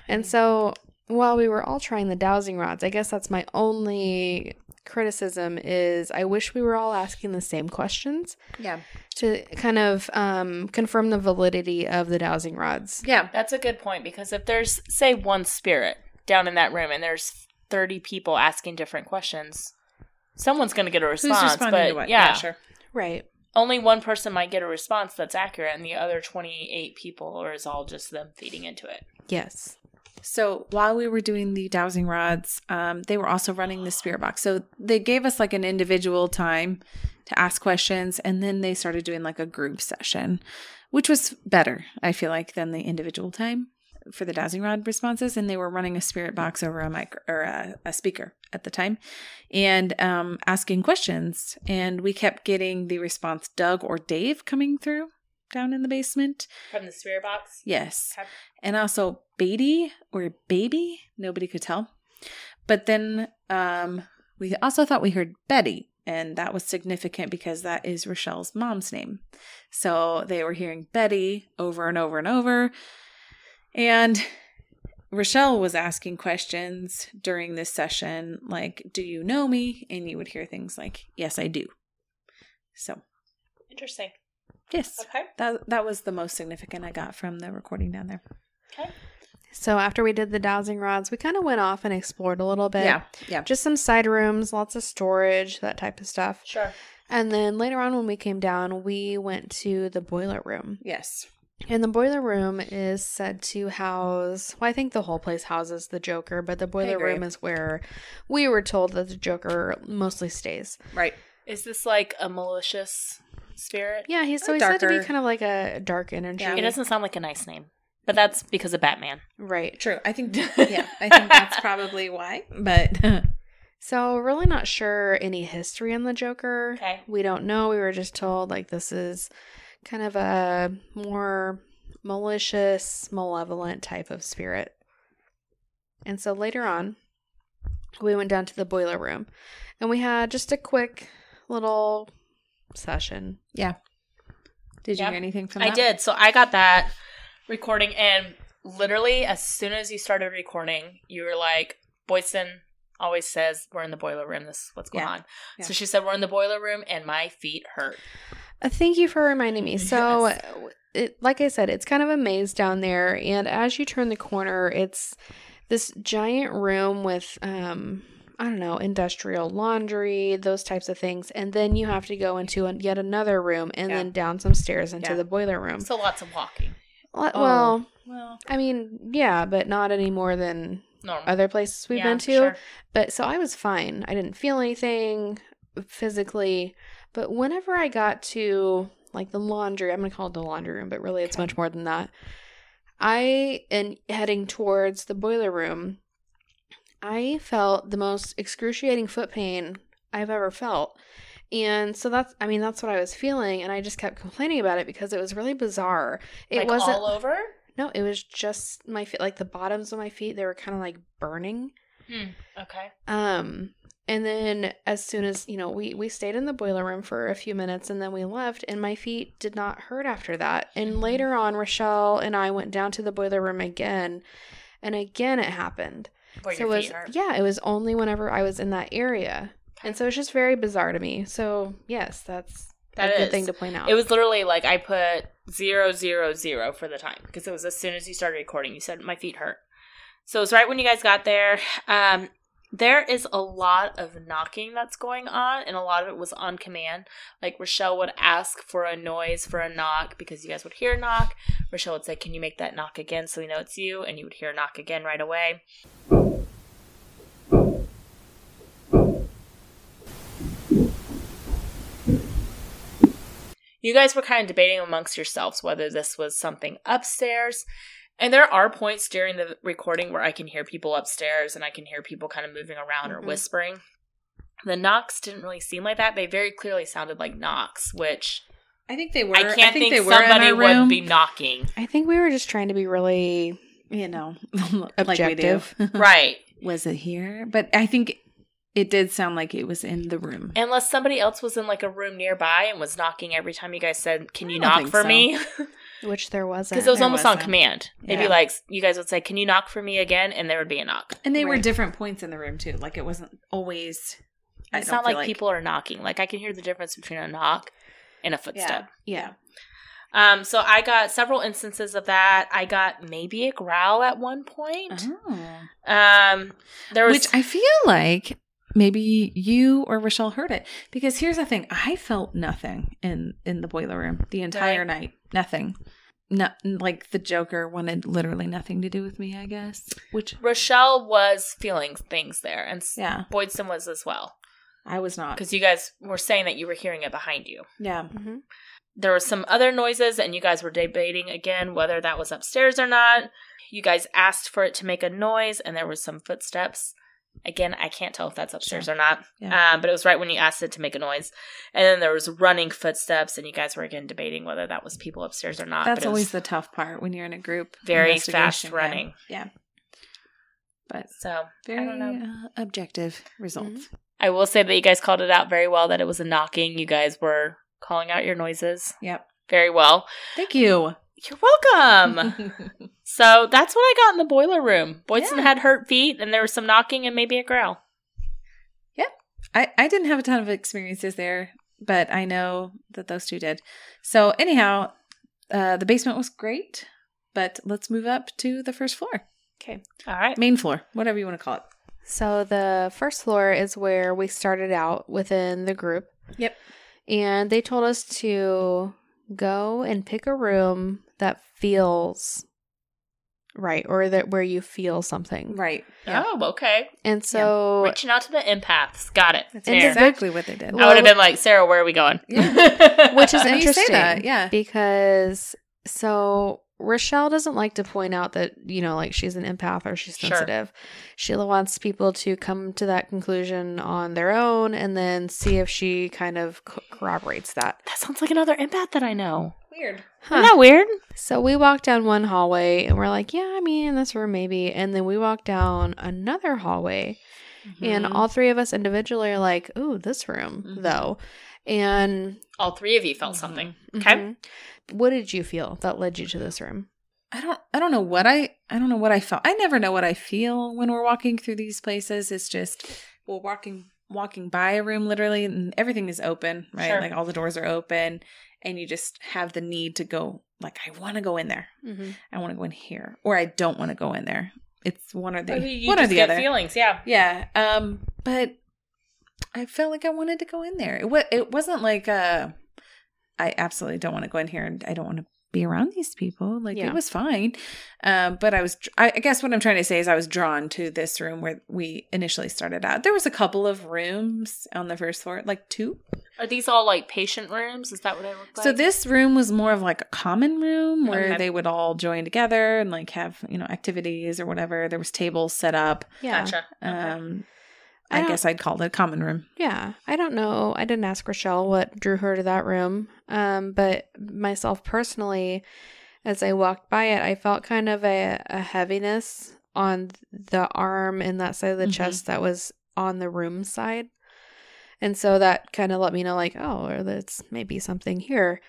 C: And so while we were all trying the dowsing rods, I guess that's my only criticism is I wish we were all asking the same questions
A: Yeah.
C: to kind of um, confirm the validity of the dowsing rods.
A: Yeah.
B: That's a good point because if there's, say, one spirit down in that room and there's 30 people asking different questions, someone's going to get a response.
A: Who's responding
B: but
A: to what?
B: Yeah,
A: sure.
C: Right.
B: Only one person might get a response that's accurate, and the other 28 people, or is all just them feeding into it.
C: Yes.
A: So while we were doing the dowsing rods, um, they were also running the spirit box. So they gave us like an individual time to ask questions, and then they started doing like a group session, which was better, I feel like, than the individual time for the dowsing rod responses. And they were running a spirit box over a mic or a, a speaker at the time, and um, asking questions. And we kept getting the response Doug or Dave coming through down in the basement.
B: From the spirit box?
A: Yes.
B: Okay.
A: And also Beatty or Baby, nobody could tell. But then um, we also thought we heard Betty, and that was significant because that is Rochelle's mom's name. So they were hearing Betty over and over and over. And Rochelle was asking questions during this session, like, Do you know me? And you would hear things like, Yes, I do. So,
B: Interesting.
A: yes,
B: Okay.
A: that, that was the most significant I got from the recording down there.
B: Okay.
C: So after we did the dowsing rods, we kind of went off and explored a little bit.
A: yeah.
C: Just some side rooms, lots of storage, that type of stuff.
B: Sure.
C: And then later on, when we came down, we went to the boiler room.
A: Yes.
C: And the boiler room is said to house, well, I think the whole place houses the Joker, but the boiler
A: agree.
C: room is where we were told that the Joker mostly stays.
A: Right.
B: Is this like a malicious spirit?
C: Yeah, he's so
A: A
C: he's said to be
A: darker-
C: kind of like a dark energy.
A: Yeah.
B: It doesn't sound like a nice name, but that's because of Batman.
C: Right.
A: True. I
B: <laughs>
A: think yeah, I think that's probably why. But <laughs>
C: So, really not sure any history on the Joker.
B: Okay.
C: We don't know. We were just told like this is kind of a more malicious, malevolent type of spirit. And so later on, we went down to the boiler room and we had just a quick little session.
A: did you
B: Yep.
A: hear anything from
B: I
A: that?
B: did. So I got that recording, and literally as soon as you started recording, you were like, Boyson always says we're in the boiler room. This is what's going
A: Yeah.
B: on.
A: Yeah.
B: So she said we're in the boiler room, and my feet hurt.
C: Uh, Thank you for reminding me. So,
B: Yes.
C: uh, it, like I said, it's kind of a maze down there, and as you turn the corner, it's this giant room with, um, I don't know, industrial laundry, those types of things, and then you have to go into an, yet another room, and
A: Yeah.
C: then down some stairs into
A: Yeah.
C: the boiler room.
B: So lots of walking.
C: Le-
A: Oh.
C: Well,
A: Well,
C: I mean, yeah, but not any more than
B: Normal.
C: other places we've
B: Yeah,
C: been to.
B: sure.
C: But so I was fine. I didn't feel anything physically. But whenever I got to like the laundry, I'm going to call it the laundry room, but really it's
A: Okay.
C: much more than that. I, in heading towards the boiler room, I felt the most excruciating foot pain I've ever felt. And so that's, I mean, that's what I was feeling. And I just kept complaining about it because it was really bizarre. It
B: Like,
C: wasn't,
B: all over.
C: no, it was just my feet, like the bottoms of my feet, they were kind of like burning.
B: Okay.
C: Um, and then as soon as you know, we we stayed in the boiler room for a few minutes, and then we left, and my feet did not hurt after that. And
B: Mhm.
C: later on, Rochelle and I went down to the boiler room again, and again it happened.
B: Where
C: so it was yeah, it was only whenever I was in that area, and so it's just very bizarre to me. So yes, that's
B: That
C: a good
B: is-
C: thing to point out.
B: It was literally like I put zero zero zero for the time because it was as soon as you started recording. You said my feet hurt, so it was right when you guys got there. Um, there is a lot of knocking that's going on, and a lot of it was on command. Like Rochelle would ask for a noise for a knock because you guys would hear a knock. Rochelle would say, "Can you make that knock again so we know it's you?" And you would hear a knock again right away. you guys were kind of debating amongst yourselves whether this was something upstairs. And there are points during the recording where I can hear people upstairs and I can hear people kind of moving around
C: Mhm.
A: Mm-hmm.
B: or whispering. The knocks didn't really seem like that. They very clearly sounded like knocks, which
A: I think they were.
B: I
A: I,
B: can't
A: think,
B: think,
A: they were in
B: somebody
A: our
B: would
A: room.
B: be knocking.
C: I think we were just trying to be really
A: you know, <laughs>
C: Objective.
A: Like we do.
B: right.
A: <laughs> Was it here? But I think it did sound like it was in the room.
B: Unless somebody else was in like a room nearby and was knocking every time you guys said, Can
A: I
B: you
A: don't
B: knock
A: think
B: for
A: so.
B: <laughs> me?
C: which there wasn't.
B: Because it was
A: There
B: almost on
A: wasn't.
B: command. They'd
A: Yeah.
B: be like, You guys would say, Can you knock for me again? And there would be a knock.
A: And they were
C: Right.
A: different points in the room too. Like it wasn't always. I
B: It's
A: don't
B: not
A: feel
B: like, people are knocking. Like I can hear the difference between a knock and a footstep.
C: yeah,
B: Um, so I got several instances of that. I got maybe a growl at one point.
A: Oh.
B: Um, there was
A: Which I feel like maybe you or Rochelle heard it because here's the thing: I felt nothing in in the boiler room the entire
B: Right.
A: night. Nothing. No, like the Joker wanted literally nothing to do with me. I guess. Which
B: Rochelle was feeling things there, and s
A: yeah,
B: Boydson was as well
A: I was not.
B: because you guys were saying that you were hearing it behind you.
A: Yeah.
C: Mhm.
B: There were some other noises, and you guys were debating again whether that was upstairs or not. You guys asked for it to make a noise, and there were some footsteps. Again, I can't tell if that's upstairs or not,
A: Yeah.
B: um, but it was right when you asked it to make a noise. And then there was running footsteps, and you guys were again debating whether that was people upstairs or not.
A: That's
B: but it was-
A: always the tough part when you're in a group.
B: very
A: investigation.
B: fast
A: Yeah.
B: running.
A: Yeah. But
B: so.
A: very
B: don't know. Mm-hmm.
A: Uh, objective results.
B: I will say that you guys called it out very well. That it was a knocking. You guys were calling out your noises
A: Yep.
B: very well.
A: Thank you.
B: You're
A: <laughs>
B: welcome. so that's what I got in the boiler room. Boydson
A: Yeah.
B: had hurt feet, and there was some knocking and maybe a growl.
A: I, I didn't have a ton of experiences there, but I know that those two did. So, anyhow, uh, the basement was great, but let's move up to the first floor,
C: Okay.
B: All right.
A: main floor, whatever you want to call it.
C: So the first floor is where we started out within the group.
A: Yep.
C: And they told us to go and pick a room that feels right or that where you feel something.
A: Right.
B: Oh, okay.
C: And so
B: Reaching out to the empaths. Got it.
A: That's
B: Fair. Oh.
A: exactly what they did.
B: I would have
C: Well,
B: been like, Sarah, where are we going? <laughs>
A: <laughs>
C: which is
A: Now you say
C: interesting.
A: that, yeah.
C: Because so Rochelle doesn't like to point out that, you know, like she's an empath or she's
B: Sure.
C: sensitive. Sheila wants people to come to that conclusion on their own and then see if she kind of co- corroborates that.
B: that sounds like another empath that I know.
A: Weird.
C: Huh.
B: Isn't that weird?
C: So we walked down one hallway and we're like, yeah, I mean, in this room maybe. And then we walked down another hallway and
A: Mm-hmm. Hmm.
C: all three of us individually are like, ooh, this room
B: Mhm.
C: though. And
B: All three of you felt
A: Mhm.
B: something. Okay.
C: Mhm. What did you feel that led you to this room?
A: I don't I don't know what I I don't know what I felt. I never know what I feel when we're walking through these places. It's just we're walking walking by a room literally and everything is open, right?
B: Sure.
A: Like all the doors are open and you just have the need to go like I want to go in there. I want to go in here or I don't want to go in there. It's one or the
B: Or you
A: one or
B: just
A: the
B: get
A: other.
B: feelings. Yeah.
A: yeah. Um but I felt like I wanted to go in there. It was it wasn't like uh I absolutely don't want to go in here and I don't want to be around these people. Like
C: Yeah.
A: it was fine. Um but I was dr- I, I guess what I'm trying to say is I was drawn to this room where we initially started out. There was a couple of rooms on the first floor, like two.
B: Are these all like patient rooms? Is that what it looked like?
A: So this room was more of like a common room where
B: Okay.
A: they would all join together and like have you know activities or whatever. There was tables set up.
C: Yeah.
B: Gotcha. Okay.
A: Um,
C: I
A: I,
C: don't-
A: guess I'd call it a common room.
C: Yeah, I don't know. I didn't ask Rochelle what drew her to that room. Um, but myself personally, as I walked by it, I felt kind of a, a heaviness on the arm and that side of the
A: Mhm.
C: chest that was on the room side. And so that kind of let me know, like, oh, or that's maybe something here.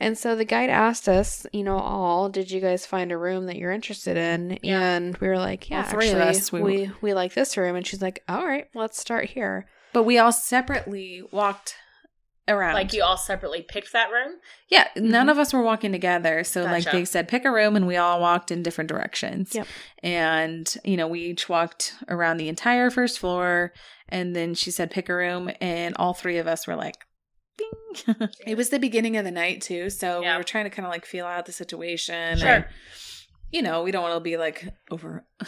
C: And so the guide asked us, you know, all, did you guys find a room that you're interested in?
B: Yeah.
C: And we were like, yeah,
A: All three of
C: actually,
A: us, we
C: we, we like this room. And she's like, all right, let's start here.
A: But we all separately walked around.
B: Like you all separately picked that room.
A: Yeah, none of us were walking together. So, like,
B: Gotcha.
A: they said, pick a room, and we all walked in different directions.
C: Yep.
A: And, you know, we each walked around the entire first floor. And then she said, pick a room. And all three of us were like, ding. <laughs> it was the beginning of the night, too. So,
B: Yeah.
A: we were trying to kind of like feel out the situation.
B: Sure.
A: And, you know, we don't want to be like over. <laughs>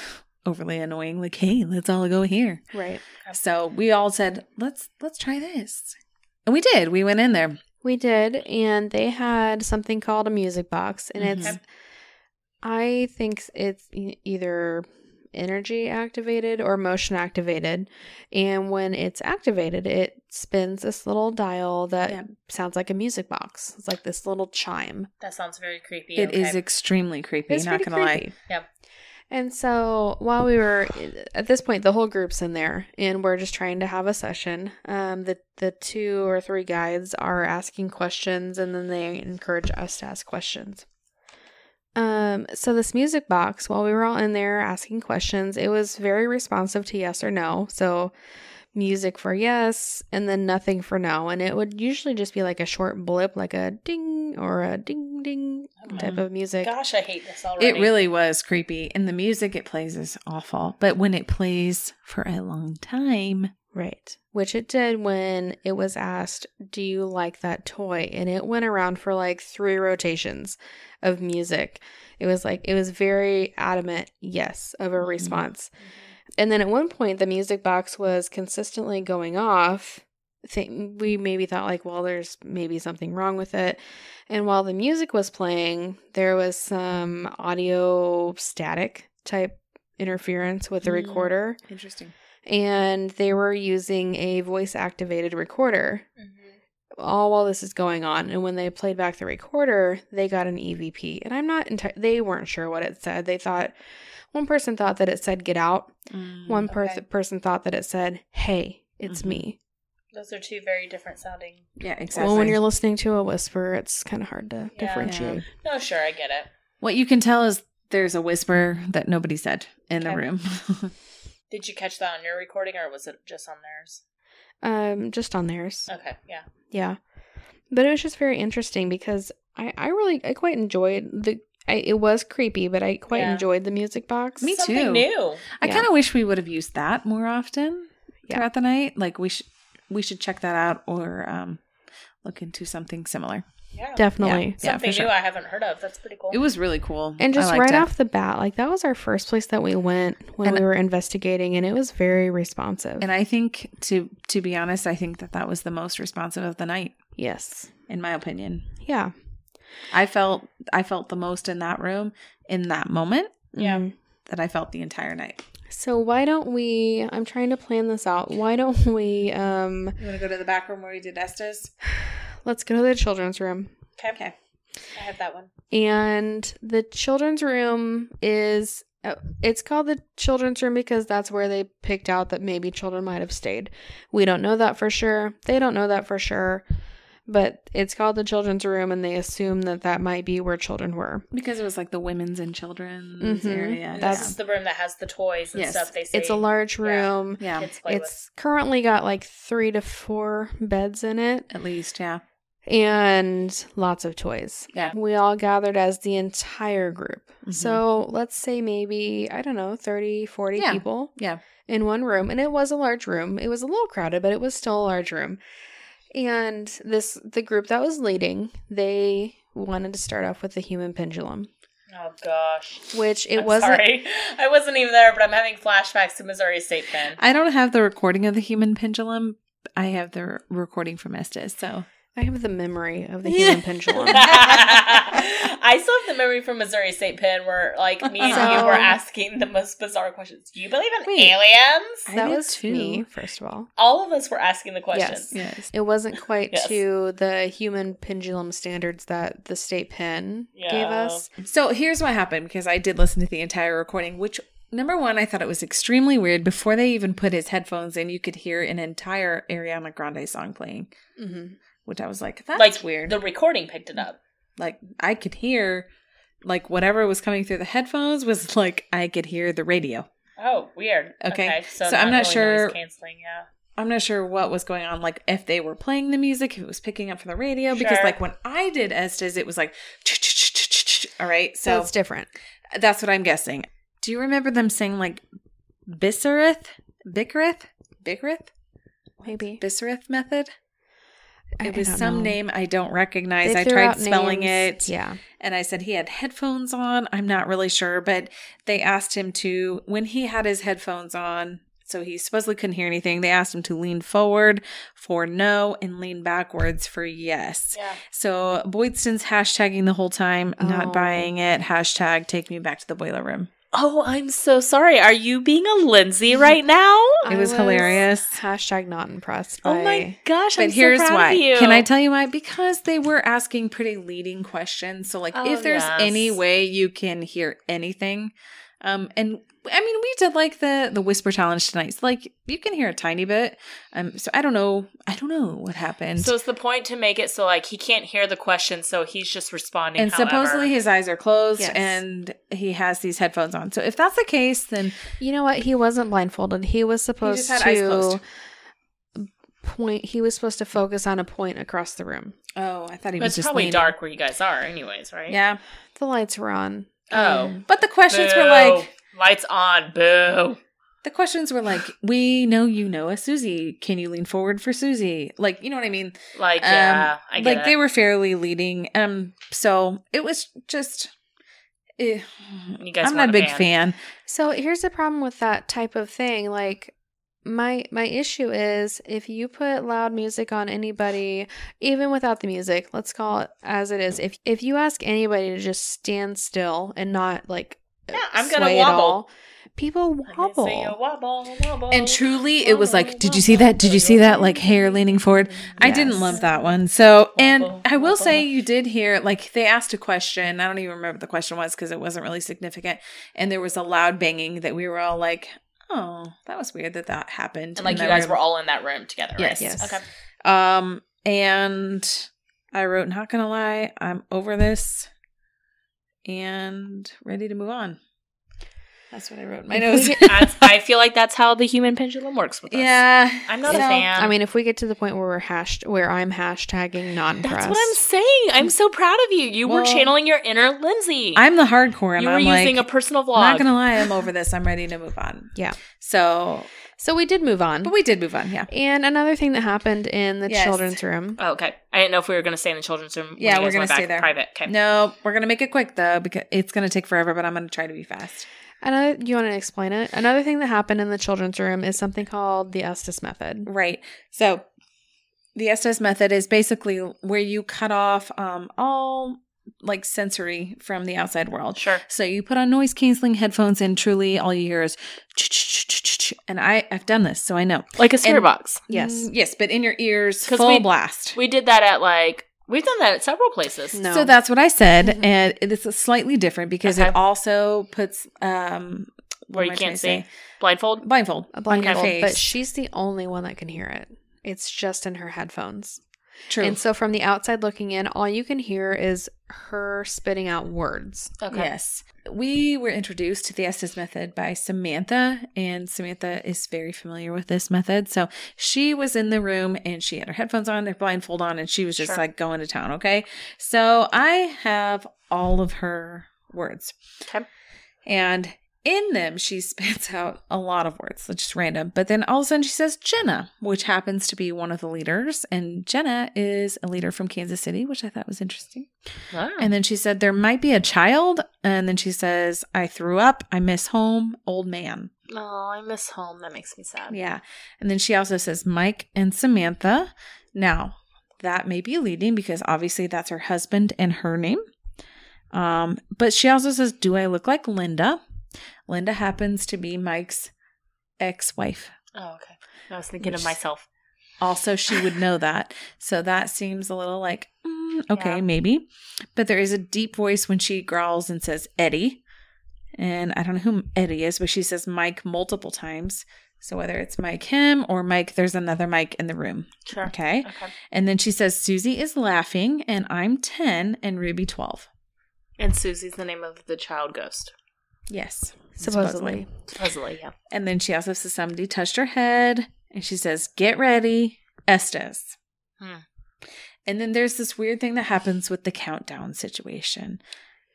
A: overly annoying like hey let's all go here
C: Right.
A: so we all said let's let's try this and we did we went in there
C: We did. And they had something called a music box. And it's,
A: Mhm.
C: I think it's e- either energy activated or motion activated. And when it's activated, it spins this little dial that
A: Yeah.
C: sounds like a music box. It's like this little chime.
B: That sounds very creepy.
A: It is extremely creepy
C: It's
A: not
C: pretty
A: gonna lie
C: creepy.
B: Yep.
C: And so while we were at this point, the whole group's in there, and we're just trying to have a session. Um, the the two or three guides are asking questions, and then they encourage us to ask questions. Um, so this music box, while we were all in there asking questions, it was very responsive to yes or no. So music for yes, and then nothing for no, and it would usually just be like a short blip, like a ding or a ding ding
B: Oh
C: type
A: my
C: of music.
B: Gosh, I hate this already.
A: It really was creepy. And the music it plays is awful. But when it plays for a long time,
C: Right. Which it did when it was asked, Do you like that toy? And it went around for like three rotations of music. It was like, it was very adamant, yes, of a
A: Mhm.
C: response. And then at one point, the music box was consistently going off. Thi- We maybe thought, like, well, there's maybe something wrong with it. And while the music was playing, there was some audio static type interference with the
B: Mm.
C: recorder
A: interesting.
C: and they were using a voice activated recorder
B: Mhm.
C: all while this is going on and when they played back the recorder they got an evp and i'm not enti- they weren't sure what it said they thought one person thought that it said get out
A: Mm.
C: one
B: Mm,
C: per-
B: Okay. Mm-hmm.
C: person thought that it said hey it's
A: Mhm.
C: me
B: Those are two very different sounding.
A: Yeah, exactly.
C: well when you're listening to a whisper it's kind of hard to
B: Yeah.
C: differentiate
B: No, Oh, sure, I get it.
A: what you can tell is there's a whisper that nobody said in the
B: Okay.
A: room. <laughs>
B: Did you catch that on your recording or was it just on theirs?
C: um just on theirs
B: Okay, yeah.
C: Yeah. But it was just very interesting because I, I really I quite enjoyed the I, it was creepy, but I quite
B: Yeah.
C: enjoyed the music box.
A: Me
B: Something
A: too.
B: new.
A: I
C: Yeah.
A: kind of wish we would have used that more often
C: Yeah.
A: throughout the night. Like we should we should check that out or um, look into something similar.
B: Yeah.
C: Definitely.
A: <laughs> Yeah,
B: Something
A: for sure.
B: new I haven't heard of. That's pretty cool.
A: It was really cool.
C: And
A: I
C: just
A: liked
C: right
A: it.
C: off the bat, like that was our first place that we went when
A: And-
C: we were investigating and it was very responsive.
A: And I think to to be honest, I think that that was the most responsive of the night,
C: yes.
A: in my opinion.
C: Yeah.
A: I felt I felt the most in that room in that moment
B: Yeah.
C: Mhm.
A: that I felt the entire night.
C: So why don't we I'm trying to plan this out. Why don't <laughs> we um
A: You want to go to the back room where we did Estes?
C: let's go to the children's room.
B: okay.
A: Okay.
B: I have that one.
C: and the children's room is uh, it's called the children's room because that's where they picked out that maybe children might have stayed. We don't know that for sure. They don't know that for sure. But it's called the children's room and they assume that that might be where children were.
A: Because it was like the women's and children's
C: Mhm.
A: area.
B: This
C: That's-
B: is the room that has the toys and
A: Yes.
B: stuff they see.
C: It's a large room.
A: yeah. Yeah,
B: Kids play with.
C: It's currently got like 3 to 4 beds in it.
A: at least yeah.
C: and lots of toys.
A: Yeah.
C: We all gathered as the entire group. So let's say maybe, I don't know, 30, 40
A: Yeah.
C: people
A: Yeah.
C: in one room. And it was a large room. It was a little crowded, but it was still a large room. And this, the group that was leading, they wanted to start off with the human pendulum,
B: Oh gosh.
C: which it
B: I'm
C: wasn't.
B: Sorry. <laughs> I wasn't even there, but I'm having flashbacks to Missouri State Pen.
A: I don't have the recording of the human pendulum. I have the r- recording from Estes. So
C: I have the memory of the
A: Yeah.
B: <laughs>
C: human pendulum.
B: I still have the memory from Missouri State Pen where, like, me and you
C: So-
A: <laughs>
B: were asking the most bizarre questions. Do you believe in
A: Wait.
B: aliens?
A: I
C: that
A: did
C: was
A: too.
C: me, first of all.
B: All of us were asking the questions.
A: yes.
C: It wasn't quite
B: Yes.
C: to the human pendulum standards that the state pen gave
B: Yeah.
C: us.
A: So here's what happened because I did listen to the entire recording, which number one, I thought it was extremely weird. Before they even put his headphones in, you could hear an entire Ariana Grande song playing,
C: Mm-hmm.
A: which I was like, that's
B: Like,
A: weird.
B: The recording picked it up.
A: Like I could hear like whatever was coming through the headphones was like I could hear the radio.
B: Oh, weird.
A: Okay. So I'm not
B: really
A: sure-
B: noise canceling. Yeah.
A: I'm not sure what was going on, like if they were playing the music, if it was picking up from the radio, because
B: Sure.
A: like when I did Estes, it was like, all right,
C: So
A: so
C: it's different.
A: that's what I'm guessing. Do you remember them saying like Bisserith, Bickerith, Bickerith,
C: Maybe.
A: Bisserith method?
C: I- I
A: It was
C: don't
A: some
C: know.
A: name I don't recognize.
C: They
A: I
C: threw
A: tried
C: out
A: spelling
C: names.
A: it.
C: Yeah.
A: And I said he had headphones on. I'm not really sure, but they asked him to, when he had his headphones on, so he supposedly couldn't hear anything, they asked him to lean forward for no and lean backwards for yes.
B: Yeah.
A: So Boydston's hashtagging the whole time,
C: Oh.
A: not buying it. Hashtag take me back to the boiler room.
B: Oh, I'm so sorry. Are you being a Lindsay right now?
A: It was, hilarious.
C: Hashtag not impressed.
B: Oh my
C: by-
B: gosh! I'm
A: But here's
B: so proud
A: why.
B: Of you.
A: Can I tell you why? Because they were asking pretty leading questions. So like
B: Oh,
A: if there's
B: yes.
A: any way you can hear anything. Um and I mean we did like the the whisper challenge tonight. So like you can hear a tiny bit. Um so I don't know I don't know what happened.
B: So it's the point to make it so like he can't hear the question, so he's just responding.
A: and
B: however.
A: supposedly his eyes are closed
C: Yes.
A: and he has these headphones on. So if that's the case then
C: You know what? He wasn't blindfolded. He was supposed
A: had
C: to
A: eyes closed.
C: point. He was supposed to focus on a point across the room.
A: oh, I thought he
B: But
A: was
B: it's
A: just
B: probably
A: leaning.
B: dark where you guys are, anyways, right?
A: Yeah. Um,
C: The lights were on.
B: Oh.
A: But the questions were
B: Boo.
A: like
B: lights on. Boo.
A: the questions were
B: <sighs>
A: like, "We know you know a Susie. Can you lean forward for Susie?" Like, you know what I mean?
B: Like
A: Um,
B: yeah, I get
A: like
B: it.
A: they were fairly leading. Um, so it was just. eh,
B: You guys
A: I'm not
B: weren't
A: a
B: a
A: big
B: fan.
A: fan.
C: So here's the problem with that type of thing. Like my my issue is if you put loud music on anybody, even without the music, let's call it as it is. If if you ask anybody to just stand still and not like
B: Yeah, I'm gonna
C: sway at
B: wobble.
C: all, people
B: I'm gonna say a
C: wobble.
B: wobble, wobble.
A: And truly, it was like, did you see that? Did you see that? Like hair leaning forward. I didn't
C: Yes.
A: love that one. So, and
B: Wobble,
A: I will
B: wobble.
A: say you did hear, like, they asked a question. I don't even remember what the question was because it wasn't really significant. And there was a loud banging that we were all like, oh, that was weird that that happened.
B: And like
A: in
B: you
A: that
B: guys
A: room.
B: were all in that room together.
A: Yes.
B: right?
C: Yes.
A: <laughs>
B: Okay.
A: Um, and I wrote, not gonna lie, I'm over this and ready to move on. That's what I wrote in my notes. <laughs>
B: That's, I feel like that's how the human pendulum works with us.
A: yeah.
B: I'm not
A: So,
B: a fan.
C: I mean, if we get to the point where we're hashed, where I'm hashtagging not
B: that's
C: impressed.
B: what I'm saying. I'm so proud of you. You were
A: Well,
B: channeling your inner Lindsay.
A: I'm the hardcore and
B: you were
A: I'm
B: using
A: like
B: a personal vlog.
A: not gonna lie, I'm over this. I'm ready to move on.
C: Yeah.
A: So
C: so we did move on.
A: but we did move on, yeah.
C: and another thing that happened in the
A: Yes.
C: children's room.
B: Oh, okay. I didn't know if we were going to stay in the children's room. when
A: Yeah,
B: you
A: we're
B: guys
A: gonna
B: went
A: stay
B: back
A: there.
B: Private. Okay.
A: No, we're gonna make it quick though, because it's gonna take forever, but I'm gonna try to be fast.
C: Another, you want to explain it? Another thing that happened in the children's room is something called the Estes method.
A: Right. So the Estes method is basically where you cut off um all like sensory from the outside world.
B: Sure.
A: So you put on noise canceling headphones and truly all you hear is ch-ch-ch-ch-ch-ch. and I I've done this, so I know.
B: Like a spirit
A: And-
B: box.
C: Yes.
A: Mm, yes, but in your ears
B: 'Cause
A: full
B: we-
A: blast.
B: We did that at like we've done that at several places.
C: No.
A: So that's what I said
C: Mhm.
A: and it's slightly different because
B: Mm-hmm. Okay.
A: it also puts um what
B: Where you
A: am I trying
B: can't
A: to say?
B: see. Blindfold.
A: blindfold
C: A
A: on your
C: blindfold,
A: face.
C: but she's the only one that can hear it. It's just in her headphones.
A: True.
C: And so from the outside looking in, all you can hear is her spitting out words.
B: Okay.
A: Yes. We were introduced to the Estes method by Samantha, and Samantha is very familiar with this method. So she was in the room and she had her headphones on, her blindfold on, and she was just
B: Sure.
A: like going to town. Okay. So I have all of her words.
B: Okay.
A: And in them, she <laughs> spits out a lot of words, just random. But then all of a sudden, she says Jenna, which happens to be one of the leaders. And Jenna is a leader from Kansas City, which I thought was interesting.
B: Ah.
A: And then she said, There might be a child. And then she says, I threw up. I miss home. Old man.
B: oh, I miss home. That makes me sad.
A: Yeah. And then she also says, Mike and Samantha. Now, that may be leading because obviously that's her husband and her name. Um, but she also says, Do I look like Linda? Linda happens to be Mike's ex wife.
B: Oh, okay. I was thinking
A: Which-
B: of myself.
A: Also, she would know that. So that seems a little like, mm, okay,
B: Yeah.
A: maybe. But there is a deep voice when she growls and says, Eddie. And I don't know who Eddie is, but she says Mike multiple times. So whether it's Mike him or Mike, there's another Mike in the room.
B: Sure.
A: Okay.
B: Okay.
A: And then she says Susie is laughing and I'm 10 and Ruby 12.
B: And Susie's the name of the child ghost.
A: Yes.
C: Supposedly.
B: Supposedly, yeah.
A: And then she also says somebody touched her head and she says, Get ready, Estes.
B: Hmm.
A: And then there's this weird thing that happens with the countdown situation.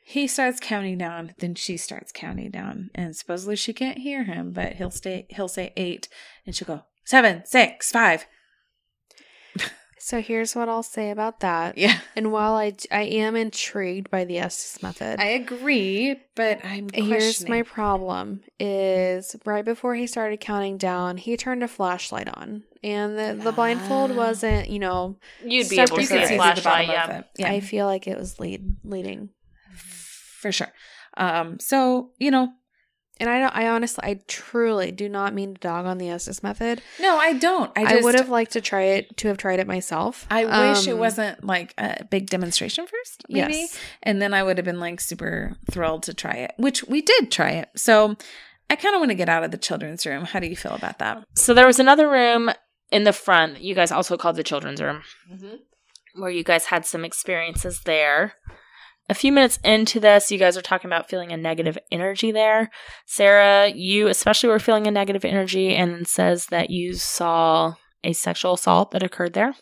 A: He starts counting down, then she starts counting down, and supposedly she can't hear him, but he'll stay. He'll say eight, and she'll go seven, six, five. <laughs>
C: So here's what I'll say about that.
A: Yeah,
C: And while I, I am intrigued by the Estes method,
A: I agree, but I'm
C: here's my
A: questioning.
C: problem is right before he started counting down, he turned a flashlight on. And the, the blindfold
A: Ah.
C: wasn't, you know,
B: You'd be
C: Stuff
B: able to
C: you
B: see
C: could
B: a
C: see through the
B: flashlight, yeah.
A: it. Yeah,
C: I feel like it was lead leading.
A: for sure. Um, so you know,
C: And I don't I honestly I truly do not mean to dog on the Estes method.
A: no, I don't. I,
C: I,
A: just,
C: would have liked to try it to have tried it myself.
A: I wish it
C: Um,
A: wasn't like a big demonstration first, maybe.
C: Yes.
A: And then I would have been like super thrilled to try it, which we did try it. So I kind of want to get out of the children's room. How do you feel about that?
B: So there was another room in the front that you guys also called the children's room,
C: Mm-hmm.
B: where you guys had some experiences there. A few minutes into this, you guys are talking about feeling a negative energy there. Sarah, you especially were feeling a negative energy and says that you saw a sexual assault that occurred there.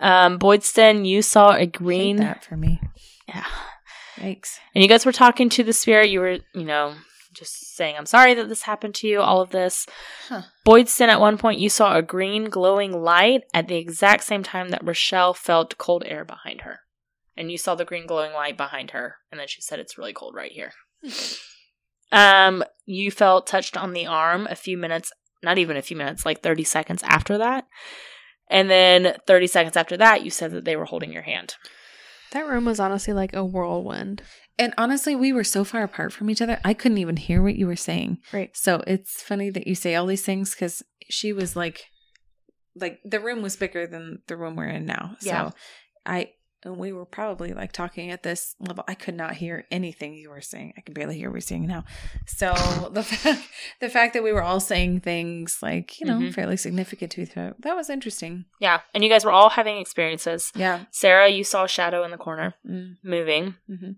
B: Um, Boydston, you saw a green.
A: that for me.
B: Yeah.
A: Yikes.
B: and you guys were talking to the spirit you were you know just saying i'm sorry that this happened to you all of this
A: Huh.
B: boydston at one point you saw a green glowing light at the exact same time that rochelle felt cold air behind her and you saw the green glowing light behind her and then she said it's really cold right here um you felt touched on the arm a few minutes not even a few minutes like 30 seconds after that and then 30 seconds after that you said that they were holding your hand
C: That room was honestly like a whirlwind.
A: And honestly, we were so far apart from each other, I couldn't even hear what you were saying.
C: Right.
A: So it's funny that you say all these things because she was like, like the room was bigger than the room we're in now.
B: Yeah.
A: So I, and we were probably like talking at this level. I could not hear anything you were saying. I can barely hear what you're saying now. So <laughs> the fact, the fact that we were all saying things like, you know,
B: Mhm.
A: fairly significant to each other, that was interesting.
B: yeah and you guys were all having experiences
A: Yeah.
B: Sarah, you saw a shadow in the corner
A: Mm,
B: moving.
A: mhm.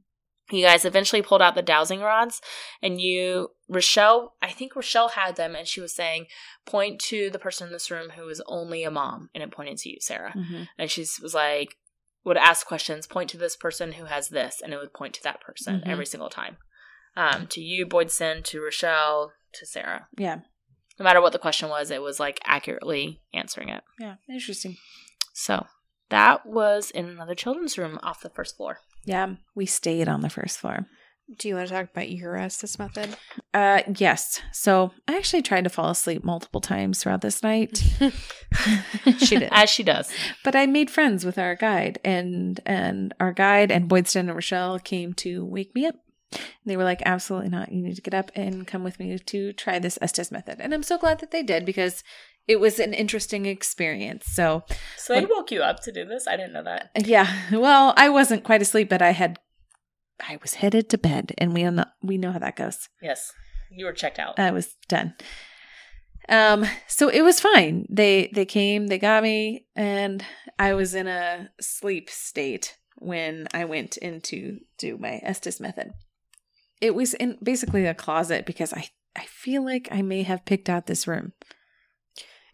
B: You guys eventually pulled out the dowsing rods, and you, Rochelle, I think Rochelle had them, and she was saying, point to the person in this room who is only a mom, and it pointed to you, Sarah.
A: Mhm.
B: And she was like, would ask questions, point to this person who has this, and it would point to that person
A: Mhm.
B: every single time. Um, to you, Boydson, to Rochelle, to Sarah.
A: Yeah.
B: No matter what the question was, it was like accurately answering it.
A: Yeah. Interesting.
B: So that was in another children's room off the first floor.
A: Yeah. We stayed on the first floor.
C: Do you want to talk about your Estes method?
A: Uh, yes. So I actually tried to fall asleep multiple times throughout this night.
C: She did.
B: <laughs> As she does.
A: but I made friends with our guide, and and our guide and Boydston and Rochelle came to wake me up. And they were like, "Absolutely not! You need to get up and come with me to try this Estes method." And I'm so glad that they did because it was an interesting experience. So
B: So they woke you up to do this? I didn't know that.
A: yeah, <laughs> well, I wasn't quite asleep, but I had. I was headed to bed, and we know, we know how that goes.
B: Yes. You were checked out.
A: I was done. Um, so it was fine. They they came, they got me, and I was in a sleep state when I went into do my Estes method. It was in basically a closet because I I feel like I may have picked out this room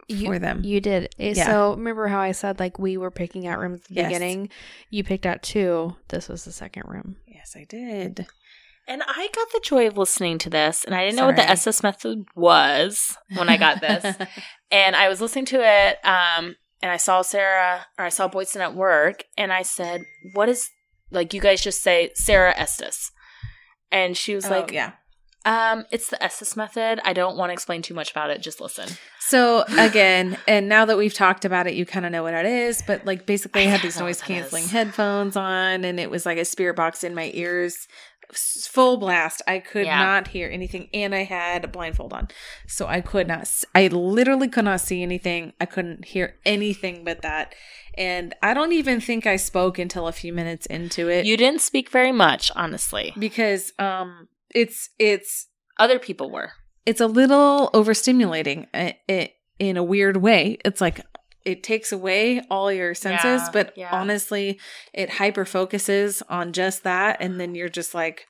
A: for
C: You,
A: them.
C: you did. Eh,
A: Yeah.
C: So remember how I said like we were picking out rooms at the
A: Yes.
C: beginning? You picked out two. This was the second room.
A: yes, I did.
B: and I got the joy of listening to this, and I didn't know what the
A: Sorry.
B: SS method was when I got
A: <laughs>
B: this. and I was listening to it, um, and I saw Sarah, or I saw Boydson at work, and I said, What is, like, you guys just say Sarah Estes. And she was
A: Oh,
B: like,
A: yeah.
B: um, It's the Estes method. I don't want to explain too much about it. Just listen.
A: So again, and now that we've talked about it, you kind of know what it is. But like basically, I
B: I
A: had
B: kinda
A: these
B: know what
A: noise
B: that
A: canceling
B: is.
A: headphones on, and it was like a spirit box in my ears, s- full blast. I could
B: Yeah.
A: not hear anything, and I had a blindfold on, so I could not. s- I literally could not see anything. I couldn't hear anything but that, and I don't even think I spoke until a few minutes into it
B: You didn't speak very much, honestly.
A: because um, it's it's
B: Other people were.
A: it's a little overstimulating i it, in a weird way. It's like it takes away all your senses,
B: Yeah,
A: but
B: yeah.
A: honestly, it hyper focuses on just that. And then you're just like,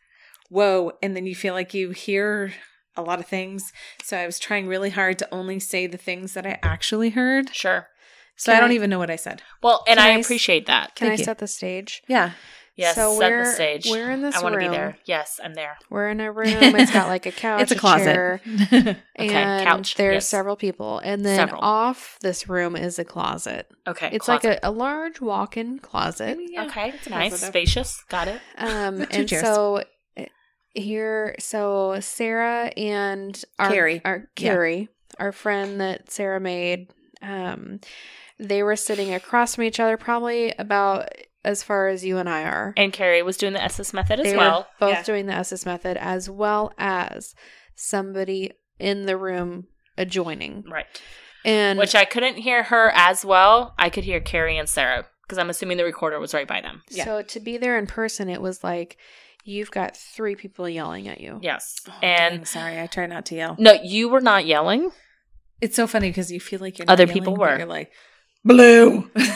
A: whoa. And then you feel like you hear a lot of things. So I was trying really hard to only say the things that I actually heard.
B: Sure.
A: So
C: Can
A: I don't
C: I-
A: even know what I said.
B: Well, and
C: Can
B: I,
C: I s-
B: appreciate that.
C: Can
A: Thank
C: I
A: you.
C: set the stage?
A: Yeah.
B: Yes,
C: So
B: set
C: we're-
B: the stage.
C: We're in this
B: I want to
C: room.
B: be there. Yes, I'm there.
C: We're
A: <laughs>
C: in a room. It's got like a couch.
A: it's a closet. <laughs> Oh,
C: chair,
B: Okay,
C: and
B: couch,
C: There's
B: yes.
C: several people, and then
B: Several.
C: off this room is a closet.
B: Okay.
C: It's like a, a large walk-in closet.
B: Okay, it's nice,
A: positive.
B: spacious. Got it.
C: Um,
A: Two
C: and
A: chairs.
C: so uh, here, so Sarah and our,
A: Carrie.
C: our
A: Yeah.
C: Carrie, our friend that Sarah made, um, they were sitting across from each other, probably about as far as you and I are.
B: And Carrie was doing the SS method as
C: they were
B: well.
C: both
A: Yeah.
C: doing the SS method as well as somebody in the room adjoining.
B: Right.
C: And
B: Which I couldn't hear her as well. I could hear Carrie and Sarah because I'm assuming the recorder was right by them.
A: Yeah.
C: so to be there in person, it was like you've got three people yelling at you.
B: Yes.
A: Oh,
B: and
A: dang, sorry, I try not to yell.
B: no, you were not yelling.
A: It's so funny because you feel like you're not
B: Other people
A: yelling, but
B: were.
A: You're like blue. <laughs>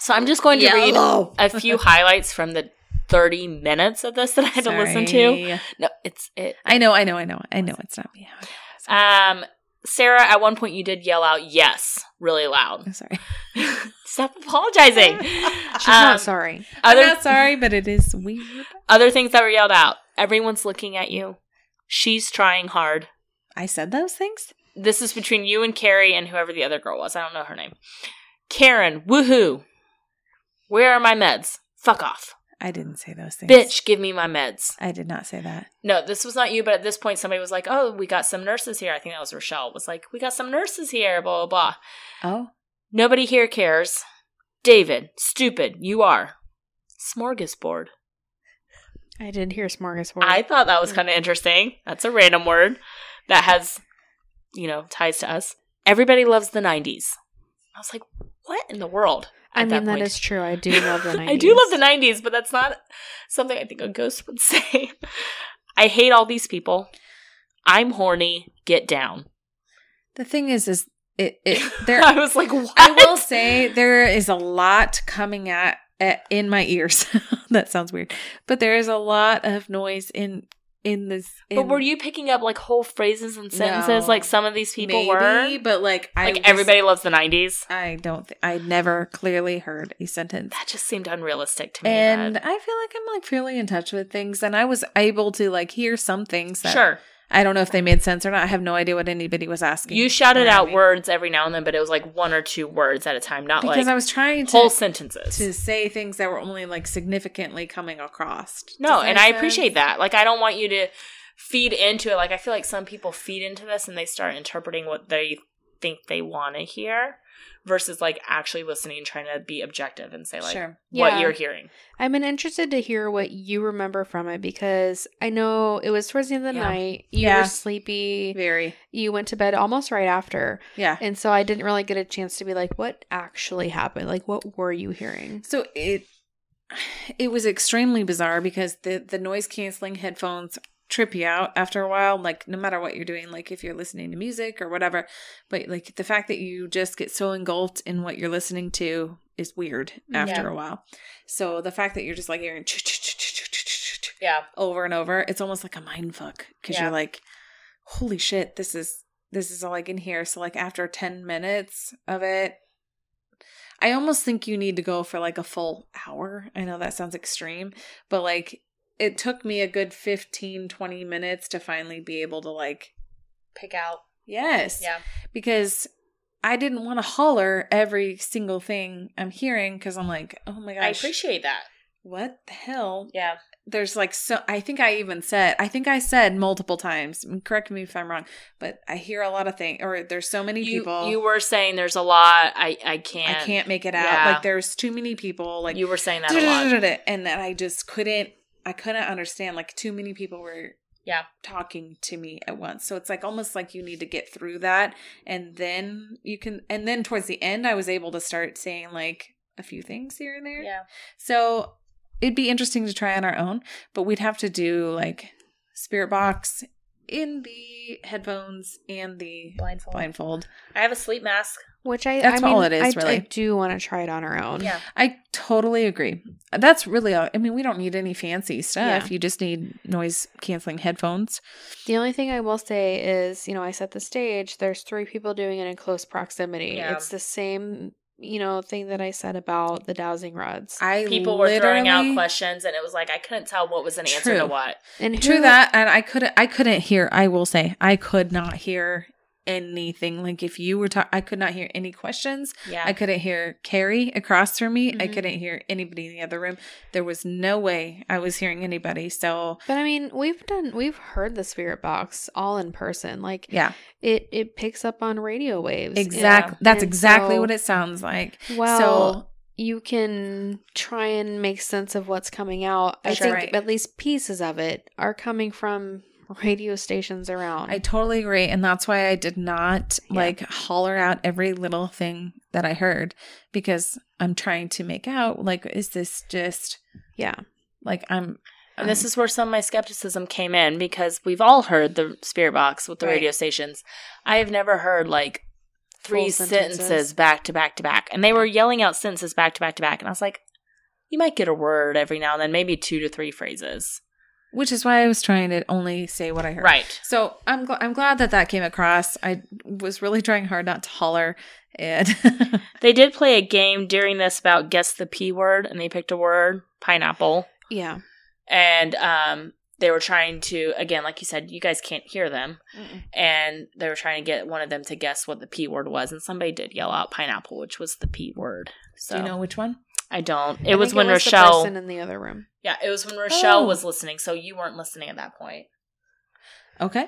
B: So I'm just going to
C: <laughs>
B: read
A: Yellow.
B: a few highlights from the 30 minutes of this that
A: <laughs>
B: I had to listen to.
A: Sorry.
B: No, it's it.
A: I know, I know, I know, I know. It's not me.
B: Um, Sarah, at one point you did yell out "yes" really loud.
A: <laughs> I'm sorry.
B: Stop apologizing.
C: She's
B: Um,
C: not sorry.
A: I'm
B: <laughs> Other
A: not sorry, but it is weird.
B: other things that were yelled out. Everyone's looking at you. She's trying hard.
A: I said those things.
B: This is between you and Carrie and whoever the other girl was. I don't know her name. Karen, woohoo. Where are my meds? Fuck off.
A: I didn't say those things.
B: Bitch, give me my meds.
A: I did not say that.
B: No, this was not you, but at this point, somebody was like, oh, we got some nurses here. I think that was Rochelle, was like, we got some nurses here, blah, blah, blah.
A: Oh,
B: Nobody here cares. David, stupid, you are. Smorgasbord.
C: I did hear smorgasbord.
B: I thought that was kind of interesting. That's a random word that has, you know, ties to us. Everybody loves the 90s. I was like, what in the world?
C: I
B: at
C: mean, that
B: point?
C: is true.
B: <laughs>
C: I do love the 90s.
B: I do love the 90s, but that's not something I think a ghost would <laughs> say. I hate all these people. I'm horny. Get down.
A: the thing is, is it?
B: <laughs>
A: it there.
B: I was like, what?
A: I will say there is a lot coming at, at in my ears. <laughs> that sounds weird, but there is a lot of noise in in this.
B: But
A: in-
B: were you picking up like whole phrases and sentences
A: No.
B: like some of these people
A: maybe,
B: were?
A: But like, I
B: Like
A: was-
B: everybody loves the 90s.
A: I don't. Th- I never clearly heard a sentence.
B: That just seemed unrealistic to me.
A: And
B: that-
A: I feel like I'm like fairly in touch with things, and I was able to like hear some things that
B: sure.
A: I don't know if they made sense or not. I have no idea what anybody was asking.
B: You shouted
A: Or
B: out
A: anything.
B: words every now and then, but it was like one or two words at a time, not
A: because
B: like
A: I was trying to
B: whole sentences.
A: to say things that were only like significantly coming across.
B: no, and I appreciate that. Like, I don't want you to feed into it. Like, I feel like some people feed into this and they start interpreting what they think they want to hear versus like actually listening and trying to be objective and say like
A: sure.
B: what
C: Yeah.
B: you're hearing.
C: I'm interested to hear what you remember from it because I know it was towards the end of the
B: Yeah.
C: night. You
A: Yeah.
C: were sleepy.
A: Very.
C: You went to bed almost right after.
A: Yeah.
C: And so I didn't really get a chance to be like, what actually happened? Like, what were you hearing?
A: So it it was extremely bizarre because the the noise canceling headphones trip you out after a while like no matter what you're doing like if you're listening to music or whatever but like the fact that you just get so engulfed in what you're listening to is weird after
B: Yeah.
A: a while so the fact that you're just like hearing ch- ch- ch- ch- ch- ch- ch-
B: Yeah.
A: over and over it's almost like a mind fuck because
B: Yeah.
A: you're like holy shit this is this is all i can hear so like after 10 minutes of it i almost think you need to go for like a full hour i know that sounds extreme but like it took me a good 15 20 minutes to finally be able to like
B: Pick out.
A: yes
B: Yeah.
A: because i didn't want to holler every single thing i'm hearing because i'm like oh my gosh
B: I appreciate that.
A: what the hell
B: Yeah.
A: there's like so i think i even said i think i said multiple times and correct me if i'm wrong but i hear a lot of things or there's so many
B: You,
A: people
B: you were saying there's a lot. I, I
A: i
B: can't.
A: can't make it out
B: Yeah.
A: like there's too many people like
B: you were saying that a lot.
A: and then i just couldn't i couldn't understand like too many people were
B: Yeah.
A: talking to me at once so it's like almost like you need to get through that and then you can and then towards the end i was able to start saying like a few things here and there so it'd be interesting to try on our own, but we'd have to do like Spirit Box in the headphones and the
B: Blindfold.
A: blindfold.
B: I have a sleep mask.
C: Which I
A: That's
C: I mean,
A: all it is,
C: I,
A: really.
C: I do want to try it on her own.
B: Yeah.
A: I totally agree. That's really all. I mean, we don't need any fancy stuff. You just need noise canceling headphones.
C: The only thing I will say is, you know, I set the stage. There's three people doing it in close proximity.
B: Yeah.
C: It's the same, you know, thing that I said about the dowsing rods.
A: I
B: People were throwing out
A: literally-
B: questions, and it was like I couldn't tell what was an answer to
A: True.
B: what.
C: And
A: True
C: who-
A: that, and I couldn't. I couldn't hear. I will say, I could not hear anything. Like if you were talking, I could not hear any questions.
B: Yeah.
A: I couldn't hear Carrie across from me. I
C: Mhm.
A: couldn't hear anybody in the other room. There was no way I was hearing anybody. So
C: But I mean, we've done, we've heard the spirit box all in person. Like
A: yeah,
C: it, it picks up on radio waves.
A: exactly. That's
C: And
A: exactly
C: so-
A: what it sounds like.
C: Well,
A: so
C: you can try and make sense of what's coming out. I
A: That's
C: think
A: right.
C: at least pieces of it are coming from <laughs> radio stations around.
A: I totally agree. And that's why I did not
C: Yeah.
A: like holler out every little thing that I heard because I'm trying to make out like, is this just
C: yeah.
A: like I'm. um,
B: And this is where some of my skepticism came in because we've all heard the spirit box with the
C: Right.
B: radio stations. I have never heard like three
C: Full
B: sentences.
C: sentences.
B: back to back to back. And they were yelling out sentences back to back to back. And I was like, you might get a word every now and then, maybe two to three phrases.
A: which is why I was trying to only say what I heard.
B: Right.
A: So I'm gl- I'm glad that that came across. I was really trying hard not to holler, and <laughs>
B: They did play a game during this about guess the P word, and they picked a word, pineapple.
C: Yeah.
B: And um, they were trying to, again, like you said, you guys can't hear them. and they were trying to get one of them to guess what the p word was and somebody did yell out pineapple which was the p word so
A: do you know which one?
B: i don't it
C: I
B: was
C: think
B: when
C: the
B: rochelle
C: person in the other room.
B: yeah it was when rochelle
A: Oh.
B: was listening so you weren't listening at that point
A: Okay.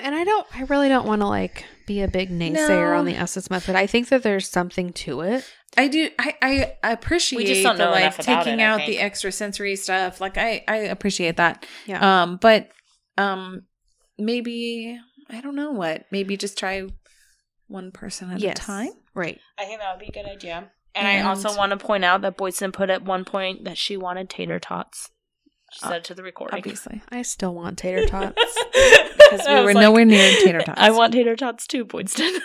C: And I don't, I really don't want to like be a big naysayer
A: No.
C: on the Essence method. I think that there's something to it.
A: I do. I, I appreciate
B: don't
A: the
B: know
A: like
B: enough about
A: taking
B: it, I
A: out the
B: think.
A: extra sensory stuff. Like I, I appreciate that.
C: Yeah.
A: Um, but um, maybe I don't know what. Maybe just try one person at
C: yes.
A: a time.
C: Right.
B: i think that would be a good idea
A: And-
B: and, i also want to point out that boyson put at one point that she wanted tater tots she
A: Uh,
B: said it to the recording <laughs>
A: Obviously,
C: I still want tater tots.
A: <laughs>
B: because
A: we were nowhere near tater tots.
B: <laughs> i want tater tots too boyson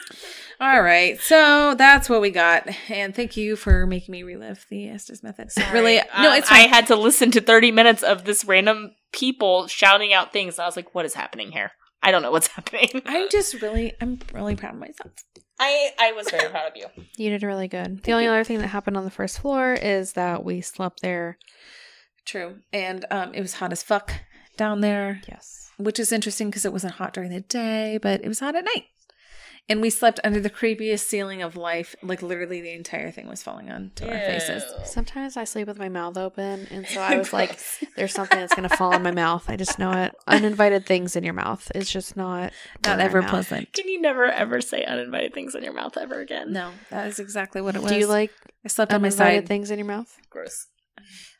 A: All right, so that's what we got, and thank you for making me relive the Estes method. Really, no, it's
B: Um, I
A: fine.
B: had to listen to 30 minutes of this random people shouting out things. And I was like, what is happening here? I don't know what's <laughs> happening.
A: I'm just really, I'm really proud of myself.
B: I, I was very proud of you.
C: you did really good. The only other thing that happened on the first floor is that we slept there.
A: True, and um, it was hot as fuck down there,
C: Yes.
A: which is interesting because it wasn't hot during the day, but it was hot at night, and we slept under the creepiest ceiling of life. Like literally, the entire thing was falling onto our faces.
C: Sometimes I sleep with my mouth open. And
A: <laughs>
C: so I was
B: <laughs>
C: like, there's something that's going to fall in my mouth. I just
A: <laughs>
C: know it. Uninvited things in your mouth is just not,
A: not
C: in our
A: ever
C: mouth.
B: <laughs>
A: pleasant.
B: Can you never ever say uninvited things in your mouth ever again?
A: No, that is exactly what it was.
C: Do you like
A: I slept on my
C: uninvited
A: side.
C: things in your mouth?
B: Gross.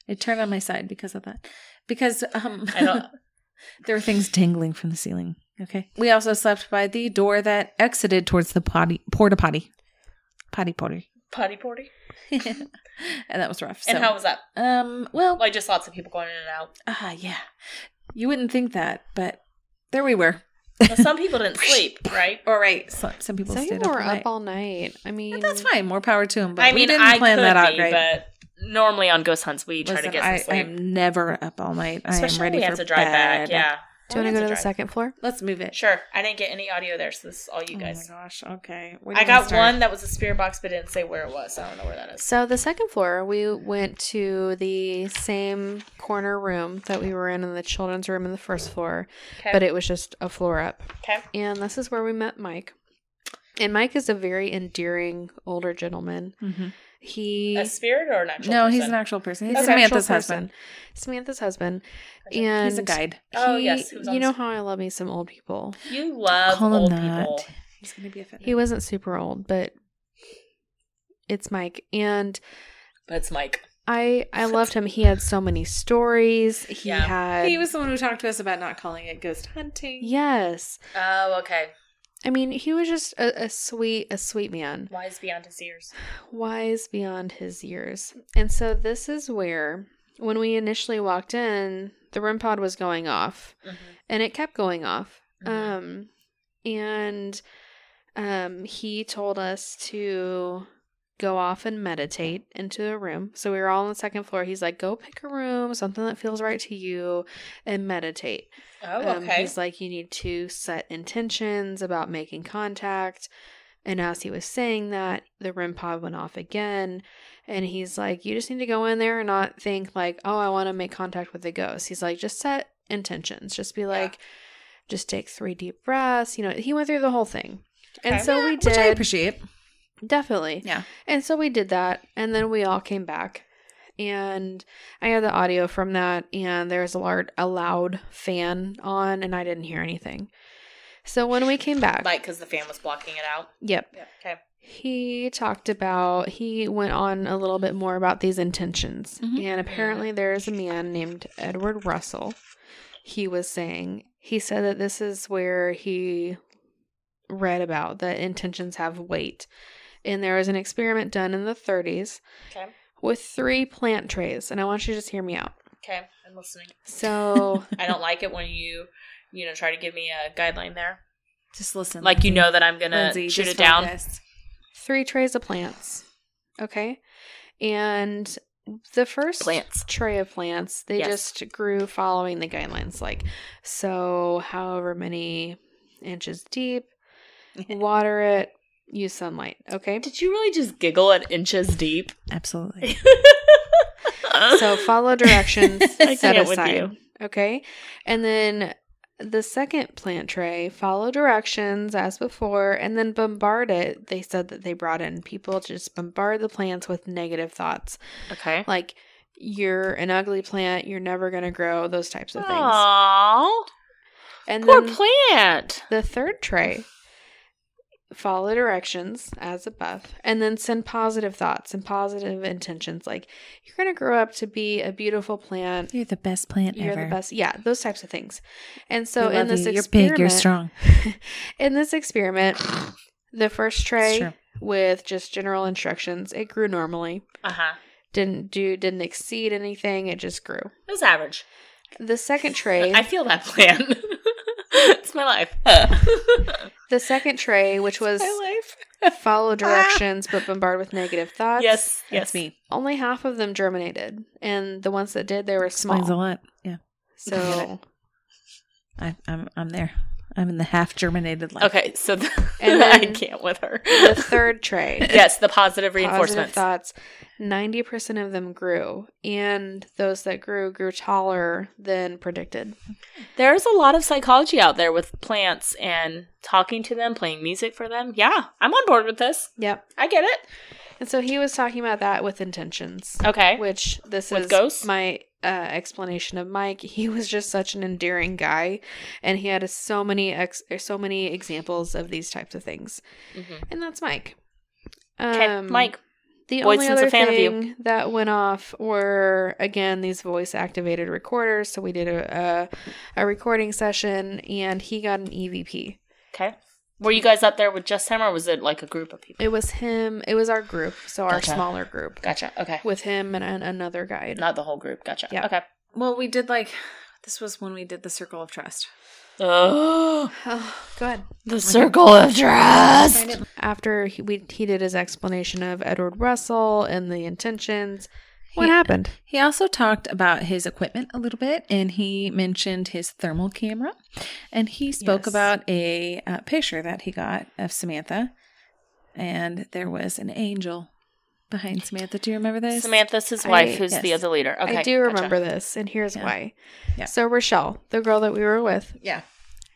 A: I turned on my side because of that. Because um
B: I don't.
A: <laughs>
B: <laughs>
A: there were things dangling from the ceiling. Okay. We also slept by the door that exited towards the potty porta potty. Potty
B: <laughs>
A: potty. <laughs>
B: Potty porty.
A: and that was rough. So.
B: And how was that?
A: um well
B: Like just lots of people going in and out.
A: ah yeah. You wouldn't think that, but there we were.
B: But some
A: <laughs>
B: people didn't sleep, right?
A: All right. So, some people
C: Some
A: stayed
C: people
A: up,
C: were
A: all
C: up
A: night.
C: all night. I mean,
A: And that's fine. More power to them. But
B: I
A: we
B: mean,
A: didn't
B: I
A: plan
B: could
A: that out
B: be,
A: right.
B: but normally on ghost hunts we try
A: Listen,
B: to get some
A: I, I
B: sleep.
A: am never up all night. I
B: Especially
A: am ready
B: we
A: for
B: had to drive back.
A: bed.
B: Yeah.
C: Do you
B: We
C: want
B: had
C: to go to the
B: drive.
C: second floor?
A: Let's move it.
B: Sure. I didn't get any audio there, so this is all you guys.
A: Oh my gosh. Okay. Where do
B: I
A: you wanna
B: got
A: start?
B: one that was a spirit box, but didn't say where it was. I don't know where that is.
C: So the second floor, we went to the same corner room that we were in in the children's room in the first floor,
B: Okay.
C: but it was just a floor up.
B: okay.
C: And this is where we met Mike. And Mike is a very endearing older gentleman. He
B: A spirit or an actual?
A: Mm-hmm. No,
B: person?
A: he's an actual person. He's
B: Okay.
A: Samantha's
C: actual
A: husband.
C: person. Samantha's husband.
B: Okay.
C: And
A: He's a guide.
B: Oh,
C: he-
B: yes, who was on
C: you
B: the
C: know
B: screen.
C: how I love me some old people.
B: You love
A: Call him
B: old
A: that.
B: people.
A: He's gonna be offended.
C: He wasn't super old, but it's Mike. And
B: But it's Mike.
C: I
A: <laughs>
C: I loved him. He had so many stories. He
B: Yeah.
C: had
A: He was the one who talked to us about not calling it ghost hunting.
C: yes.
B: Oh, okay.
C: I mean, he was just a, a sweet a sweet man,
B: Wise beyond his ears.
C: wise beyond his years. And so this is where when we initially walked in, the REM pod was going off
B: Mm-hmm.
C: and it kept going off.
A: Uh,
C: Um, and um, he told us to go off and meditate into a room. So we were all on the second floor. He's like, go pick a room, something that feels right to you, and meditate.
B: oh,
C: Um, he's like, you need to set intentions about making contact. And as he was saying that, the REM pod went off again. And he's like, you just need to go in there and not think, like, oh, I want to make contact with the ghost. He's like, just set intentions. Just be like, just take three deep breaths. You know, he went through the whole thing.
B: Okay.
C: And so we
A: Which I
C: did.
A: appreciate.
C: Definitely.
A: Yeah.
C: And so we did that. And then we all came back. And I had the audio from that. And there was a loud, a loud fan on. And I didn't hear anything. So when we came back,
B: like because the fan was blocking it out.
C: yep,
B: Yeah. Okay.
C: he talked about, he went on a little bit more about these intentions.
A: Mhm.
C: And apparently there's a man named Edward Russell. He was saying, he said that this is where he read about that intentions have weight. And there was an experiment done in the 30s
B: Okay.
C: with three plant trays. And I want you to just hear me out.
B: Okay. I'm listening.
C: So,
B: I don't like it when you, you know, try to give me a guideline there.
A: Just listen.
B: Like you
A: Lindsay.
B: know that I'm gonna
A: Lindsay,
B: shoot
A: just
B: it down.
A: focus.
C: three trays of plants. Okay. And the first
B: Plants.
C: tray of plants, they
B: Yes.
C: just grew following the guidelines. Like, so however many inches deep,
B: <laughs>
C: water it, use sunlight.
B: <laughs>
C: Okay.
B: Did you really just giggle at inches deep?
A: Absolutely.
C: <laughs> So follow directions
B: <laughs> I
C: set
B: can't with
C: aside.
B: you.
C: Okay. And then the second plant tray, follow directions as before, and then bombard it. They said that they brought in people to just bombard the plants with negative thoughts.
B: Okay.
C: Like, you're an ugly plant, you're never going to grow, those types of things.
B: Aww.
C: And
B: Poor
C: then
B: plant.
C: the third tray, follow directions as above, and then send positive thoughts and positive intentions. Like, you're going to grow up to be a beautiful plant.
A: You're the best plant
C: You're
A: ever.
C: the best. Yeah, those types of things. And so
A: We
C: in
A: love
C: this
A: you. You're
C: experiment,
A: big. You're strong.
C: in this experiment, the first
A: It's
C: tray
A: true.
C: with just general instructions, it grew normally.
B: Uh huh.
C: Didn't do didn't exceed anything, it just grew.
B: It was average.
C: The
A: <laughs>
C: second tray,
B: I feel that plan. <laughs> it's <laughs> my life. my
C: the second tray which was
B: life.
A: <laughs> Ah.
C: follow directions but bombard with negative thoughts.
B: yes.
A: That's
B: Yes.
A: me.
C: Only half of them germinated, and the ones that did, they were
A: Explains a
C: small.
A: lot. Yeah.
C: So,
A: I, I'm I'm there. I'm in the half germinated life.
B: Okay. So the- <laughs>
C: And
B: I
C: then
B: can't with her. <laughs>
C: the third tray,
B: yes. The positive
C: positive
B: reinforcements.
C: thoughts 90% of them grew and those that grew grew taller than predicted
B: There's a lot of psychology out there with plants and talking to them, playing music for them. Yeah, I'm on board with this.
C: yep
B: I get it.
C: and so he was talking about that with intentions
B: Okay.
C: which this
B: With
C: is
B: ghosts?
C: my uh, explanation of mike he was just such an endearing guy and he had so many ex- or so many examples of these types of things and that's mike
B: Okay,
C: Um,
B: Mike.
C: The only
B: Boydston's a
C: other
B: fan of you.
C: thing that went off were again these voice activated recorders. So we did a, a a recording session, and he got an E EVP.
B: Okay. Were you guys up there with just him, or was it like a group of people?
C: It was him. It was our group, so our
B: Gotcha.
C: smaller group
B: Gotcha. Okay.
C: with him and, an another guy.
B: Not the whole group. Gotcha.
C: Yeah.
B: Okay.
A: Well, we did like this was when we did the circle of trust.
B: Oh,
C: <sighs> Oh, good.
B: <gasps> the circle of
A: Find
B: trust.
A: it-
C: After he, we he did his explanation of Edward Russell and the intentions. What
A: He-
C: happened?
A: He also talked about his equipment a little bit, and he mentioned his thermal camera, and he spoke
C: Yes.
A: about a uh, picture that he got of Samantha, and there was an angel behind Samantha. Do you remember this?
B: Samantha's his
C: I-
B: wife, who's the
A: yes.
B: other leader. Okay.
C: I do
B: gotcha.
C: remember this, and here's
A: Yeah.
C: why.
A: Yeah.
C: So Rochelle, the girl that we were with,
A: Yeah.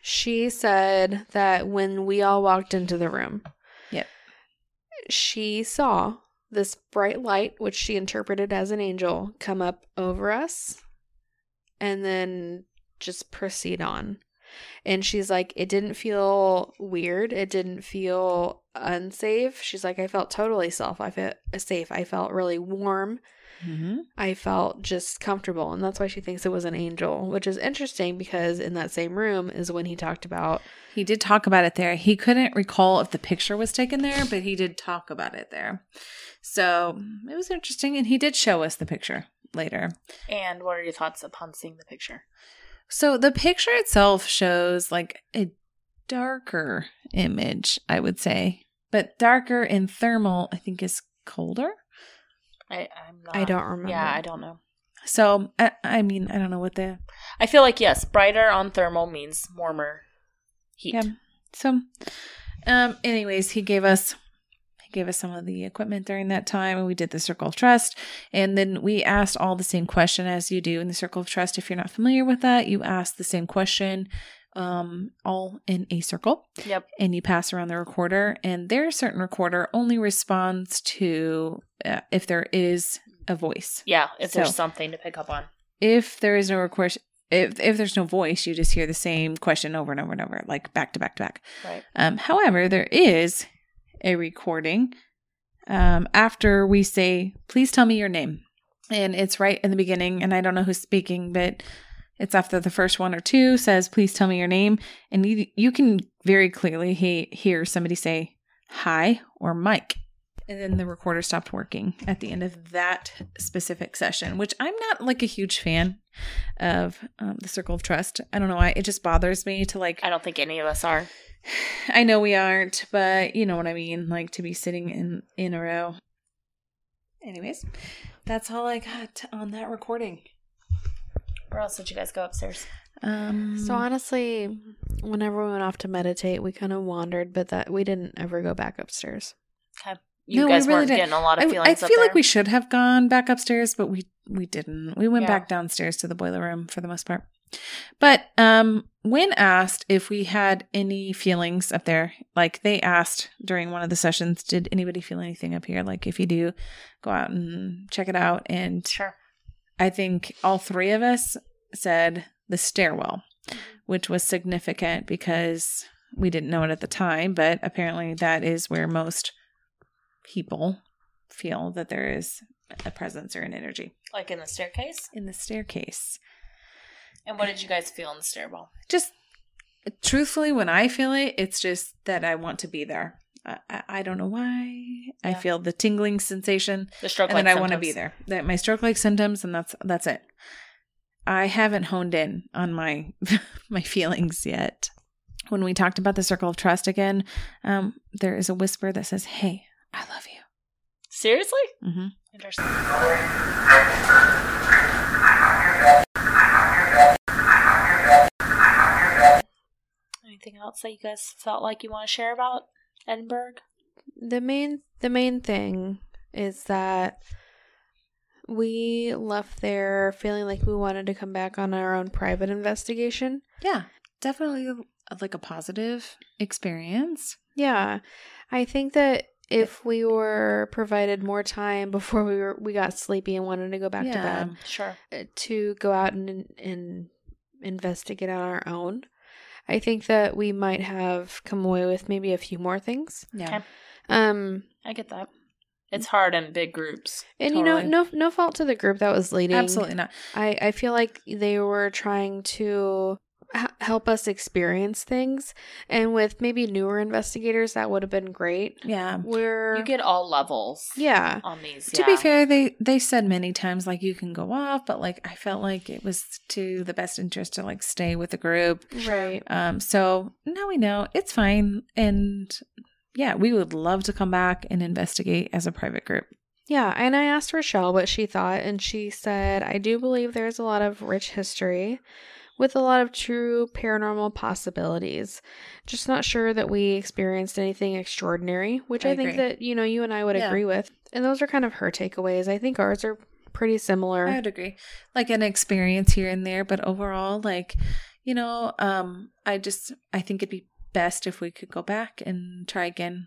C: She said that when we all walked into the room,
A: Yep.
C: she saw this bright light, which she interpreted as an angel, come up over us and then just proceed on. And she's like, it didn't feel weird. It didn't feel unsafe. She's like, I felt totally self. I felt safe. I felt really warm.
A: Mm-hmm.
C: I felt just comfortable. And that's why she thinks it was an angel, which is interesting because in that same room is when he talked about
A: He did talk about it there. He couldn't recall if the picture was taken there, but he did talk about it there. So it was interesting, and he did show us the picture. later.
B: And what are your thoughts upon seeing the picture?
A: So the picture itself shows like a darker image, I would say, but darker in thermal, I think, is colder.
B: I, I'm not.
C: I don't remember.
B: Yeah, I don't know.
A: So I, I mean, I don't know what the
B: I feel like yes, brighter on thermal means warmer heat.
A: Yeah. so. Um. Anyways, he gave us he gave us some of the equipment during that time, and we did the circle of trust, and then we asked all the same question as you do in the circle of trust. If you're not familiar with that, you ask the same question, um, all in a circle.
B: Yep.
A: and you pass around the recorder and their certain recorder only responds to uh, if there is a voice
B: Yeah. Is there
A: So-
B: something to pick up on?
A: if there is no record if, if there's no voice you just hear the same question over and over and over like back to back to back
B: Right.
A: um, however there is a recording um, after we say please tell me your name and it's right in the beginning and i don't know who's speaking but it's after the first one or two says please tell me your name and you you can very clearly he- hear somebody say hi or mike and then the recorder stopped working at the end of that specific session which i'm not like a huge fan of um, the circle of trust i don't know why it just bothers me to like
B: I don't think any of us are.
A: <sighs> I know we aren't, but you know what I mean, like to be sitting in in a row. Anyways, that's all I got on that recording.
B: Where else did you guys go upstairs?
A: Um
C: So honestly, whenever we went off to meditate, we kind of wandered, but that we didn't ever go back upstairs.
B: You
A: No, we
B: guys
A: really
B: weren't
A: didn't.
B: getting a lot
A: I,
B: of
A: I
B: feelings.
A: feel
B: up
A: like
B: there.
A: we should have gone back upstairs, but we we didn't. We went
B: Yeah.
A: back downstairs to the boiler room for the most part. But um when asked if we had any feelings up there, like they asked during one of the sessions, did anybody feel anything up here? Like if you do, go out and check it out and
B: Sure.
A: I think all three of us said the stairwell, which was significant because we didn't know it at the time, but apparently that is where most people feel that there is a presence or an energy
B: Like in the staircase.
A: in the staircase.
B: And what did you guys feel in the stairwell?
A: Just truthfully, when I feel it, it's just that I want to be there. I, I, I don't know why. I
B: Yeah.
A: feel the tingling sensation.
B: The stroke.
A: and then I want to be there. That my stroke like symptoms, and that's that's it. I haven't honed in on my <laughs> my feelings yet. When we talked about the circle of trust again, um, there is a whisper that says, "Hey, I love you."
B: Seriously?
A: Mm-hmm.
B: Interesting. Anything else that you guys felt like you want to share about Edinburgh?
C: The main the main thing is that we left there feeling like we wanted to come back on our own private investigation.
A: Yeah, definitely uh, like a positive experience.
C: Yeah. I think that if we were provided more time <laughs> before we were we got sleepy and wanted to go back to bed,
B: Sure.
C: to go out and and investigate on our own. I think that we might have come away with maybe a few more things.
A: Yeah.
B: Okay.
C: Um
B: I get that. It's hard in big groups.
C: and you know
A: Totally.
C: no no fault to the group that was leading.
A: Absolutely not.
C: I I feel like they were trying to h- help us experience things and with maybe newer investigators that would have been great.
A: Yeah.
C: We're
B: You get all levels
C: yeah.
B: on these.
A: To be
B: yeah.
A: fair, they they said many times like you can go off, but like I felt like it was to the best interest to like stay with the group
C: Right.
A: Um, so now we know it's fine. And yeah, we would love to come back and investigate as a private group.
C: Yeah, and I asked Rochelle what she thought, and she said, I do believe there's a lot of rich history with a lot of true paranormal possibilities. Just not sure that we experienced anything extraordinary, which
A: I
C: I, think
A: agree.
C: that, you know, you and I would
A: Yeah.
C: agree with. And those are kind of her takeaways. I think ours are pretty similar.
A: I would agree. Like an experience here and there, but overall, like, you know, um, I just I think it'd be best if we could go back and try again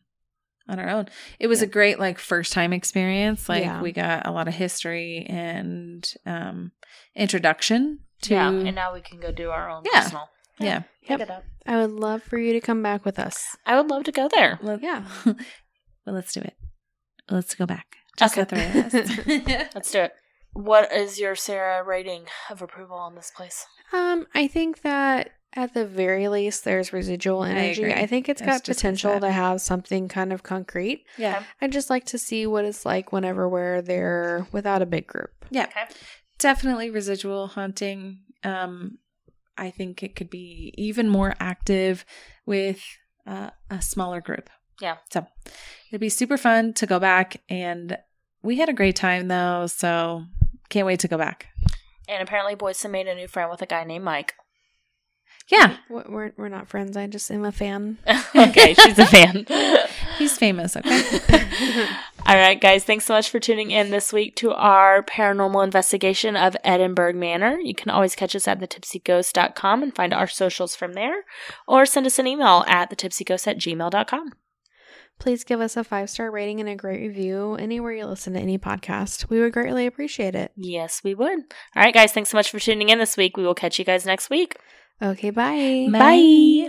A: on our own. It was a great like first time experience. Like
C: Yeah.
A: we got a lot of history and um introduction to
B: Yeah, and now we can go do our own
A: Yeah.
B: personal.
A: yeah.
B: Pick
C: Yep.
B: it up.
C: I would love for you to come back with us.
B: I would love to go there.
A: Let-
C: Yeah.
A: <laughs> well, let's do it. Let's go back. Just
B: Okay.
A: the three of <laughs> us.
B: Let's do it. What is your Sarah rating of approval on this place?
C: Um, I think that At the very least, there's residual energy.
A: agree.
C: I, think it's
A: I was
C: got
A: just gonna
C: potential
A: say that.
C: to have something kind of concrete.
A: Yeah.
B: Okay.
C: I'd just like to see what it's like whenever we're there without a big group.
B: Okay.
A: definitely residual haunting um i think it could be even more active with uh, a smaller group
B: Yeah.
A: so it'd be super fun to go back and we had a great time though so can't wait to go back
B: And apparently, Boyson made a new friend with a guy named Mike.
A: yeah
C: We're, we're, we're not friends. I just am a fan.
B: <laughs> okay, she's a <laughs> fan.
A: he's famous okay
B: All right, guys, thanks so much for tuning in this week to our paranormal investigation of Edinburgh Manor. You can always catch us at thetipsyghost.com and find our socials from there, or send us an email at thetipsyghost at gmail.com.
C: Please give us a five star rating and a great review anywhere you listen to any podcast. We would greatly appreciate it.
B: Yes, we would. All right, guys, thanks so much for tuning in this week. We will catch you guys next week.
C: Okay, bye.
B: Bye.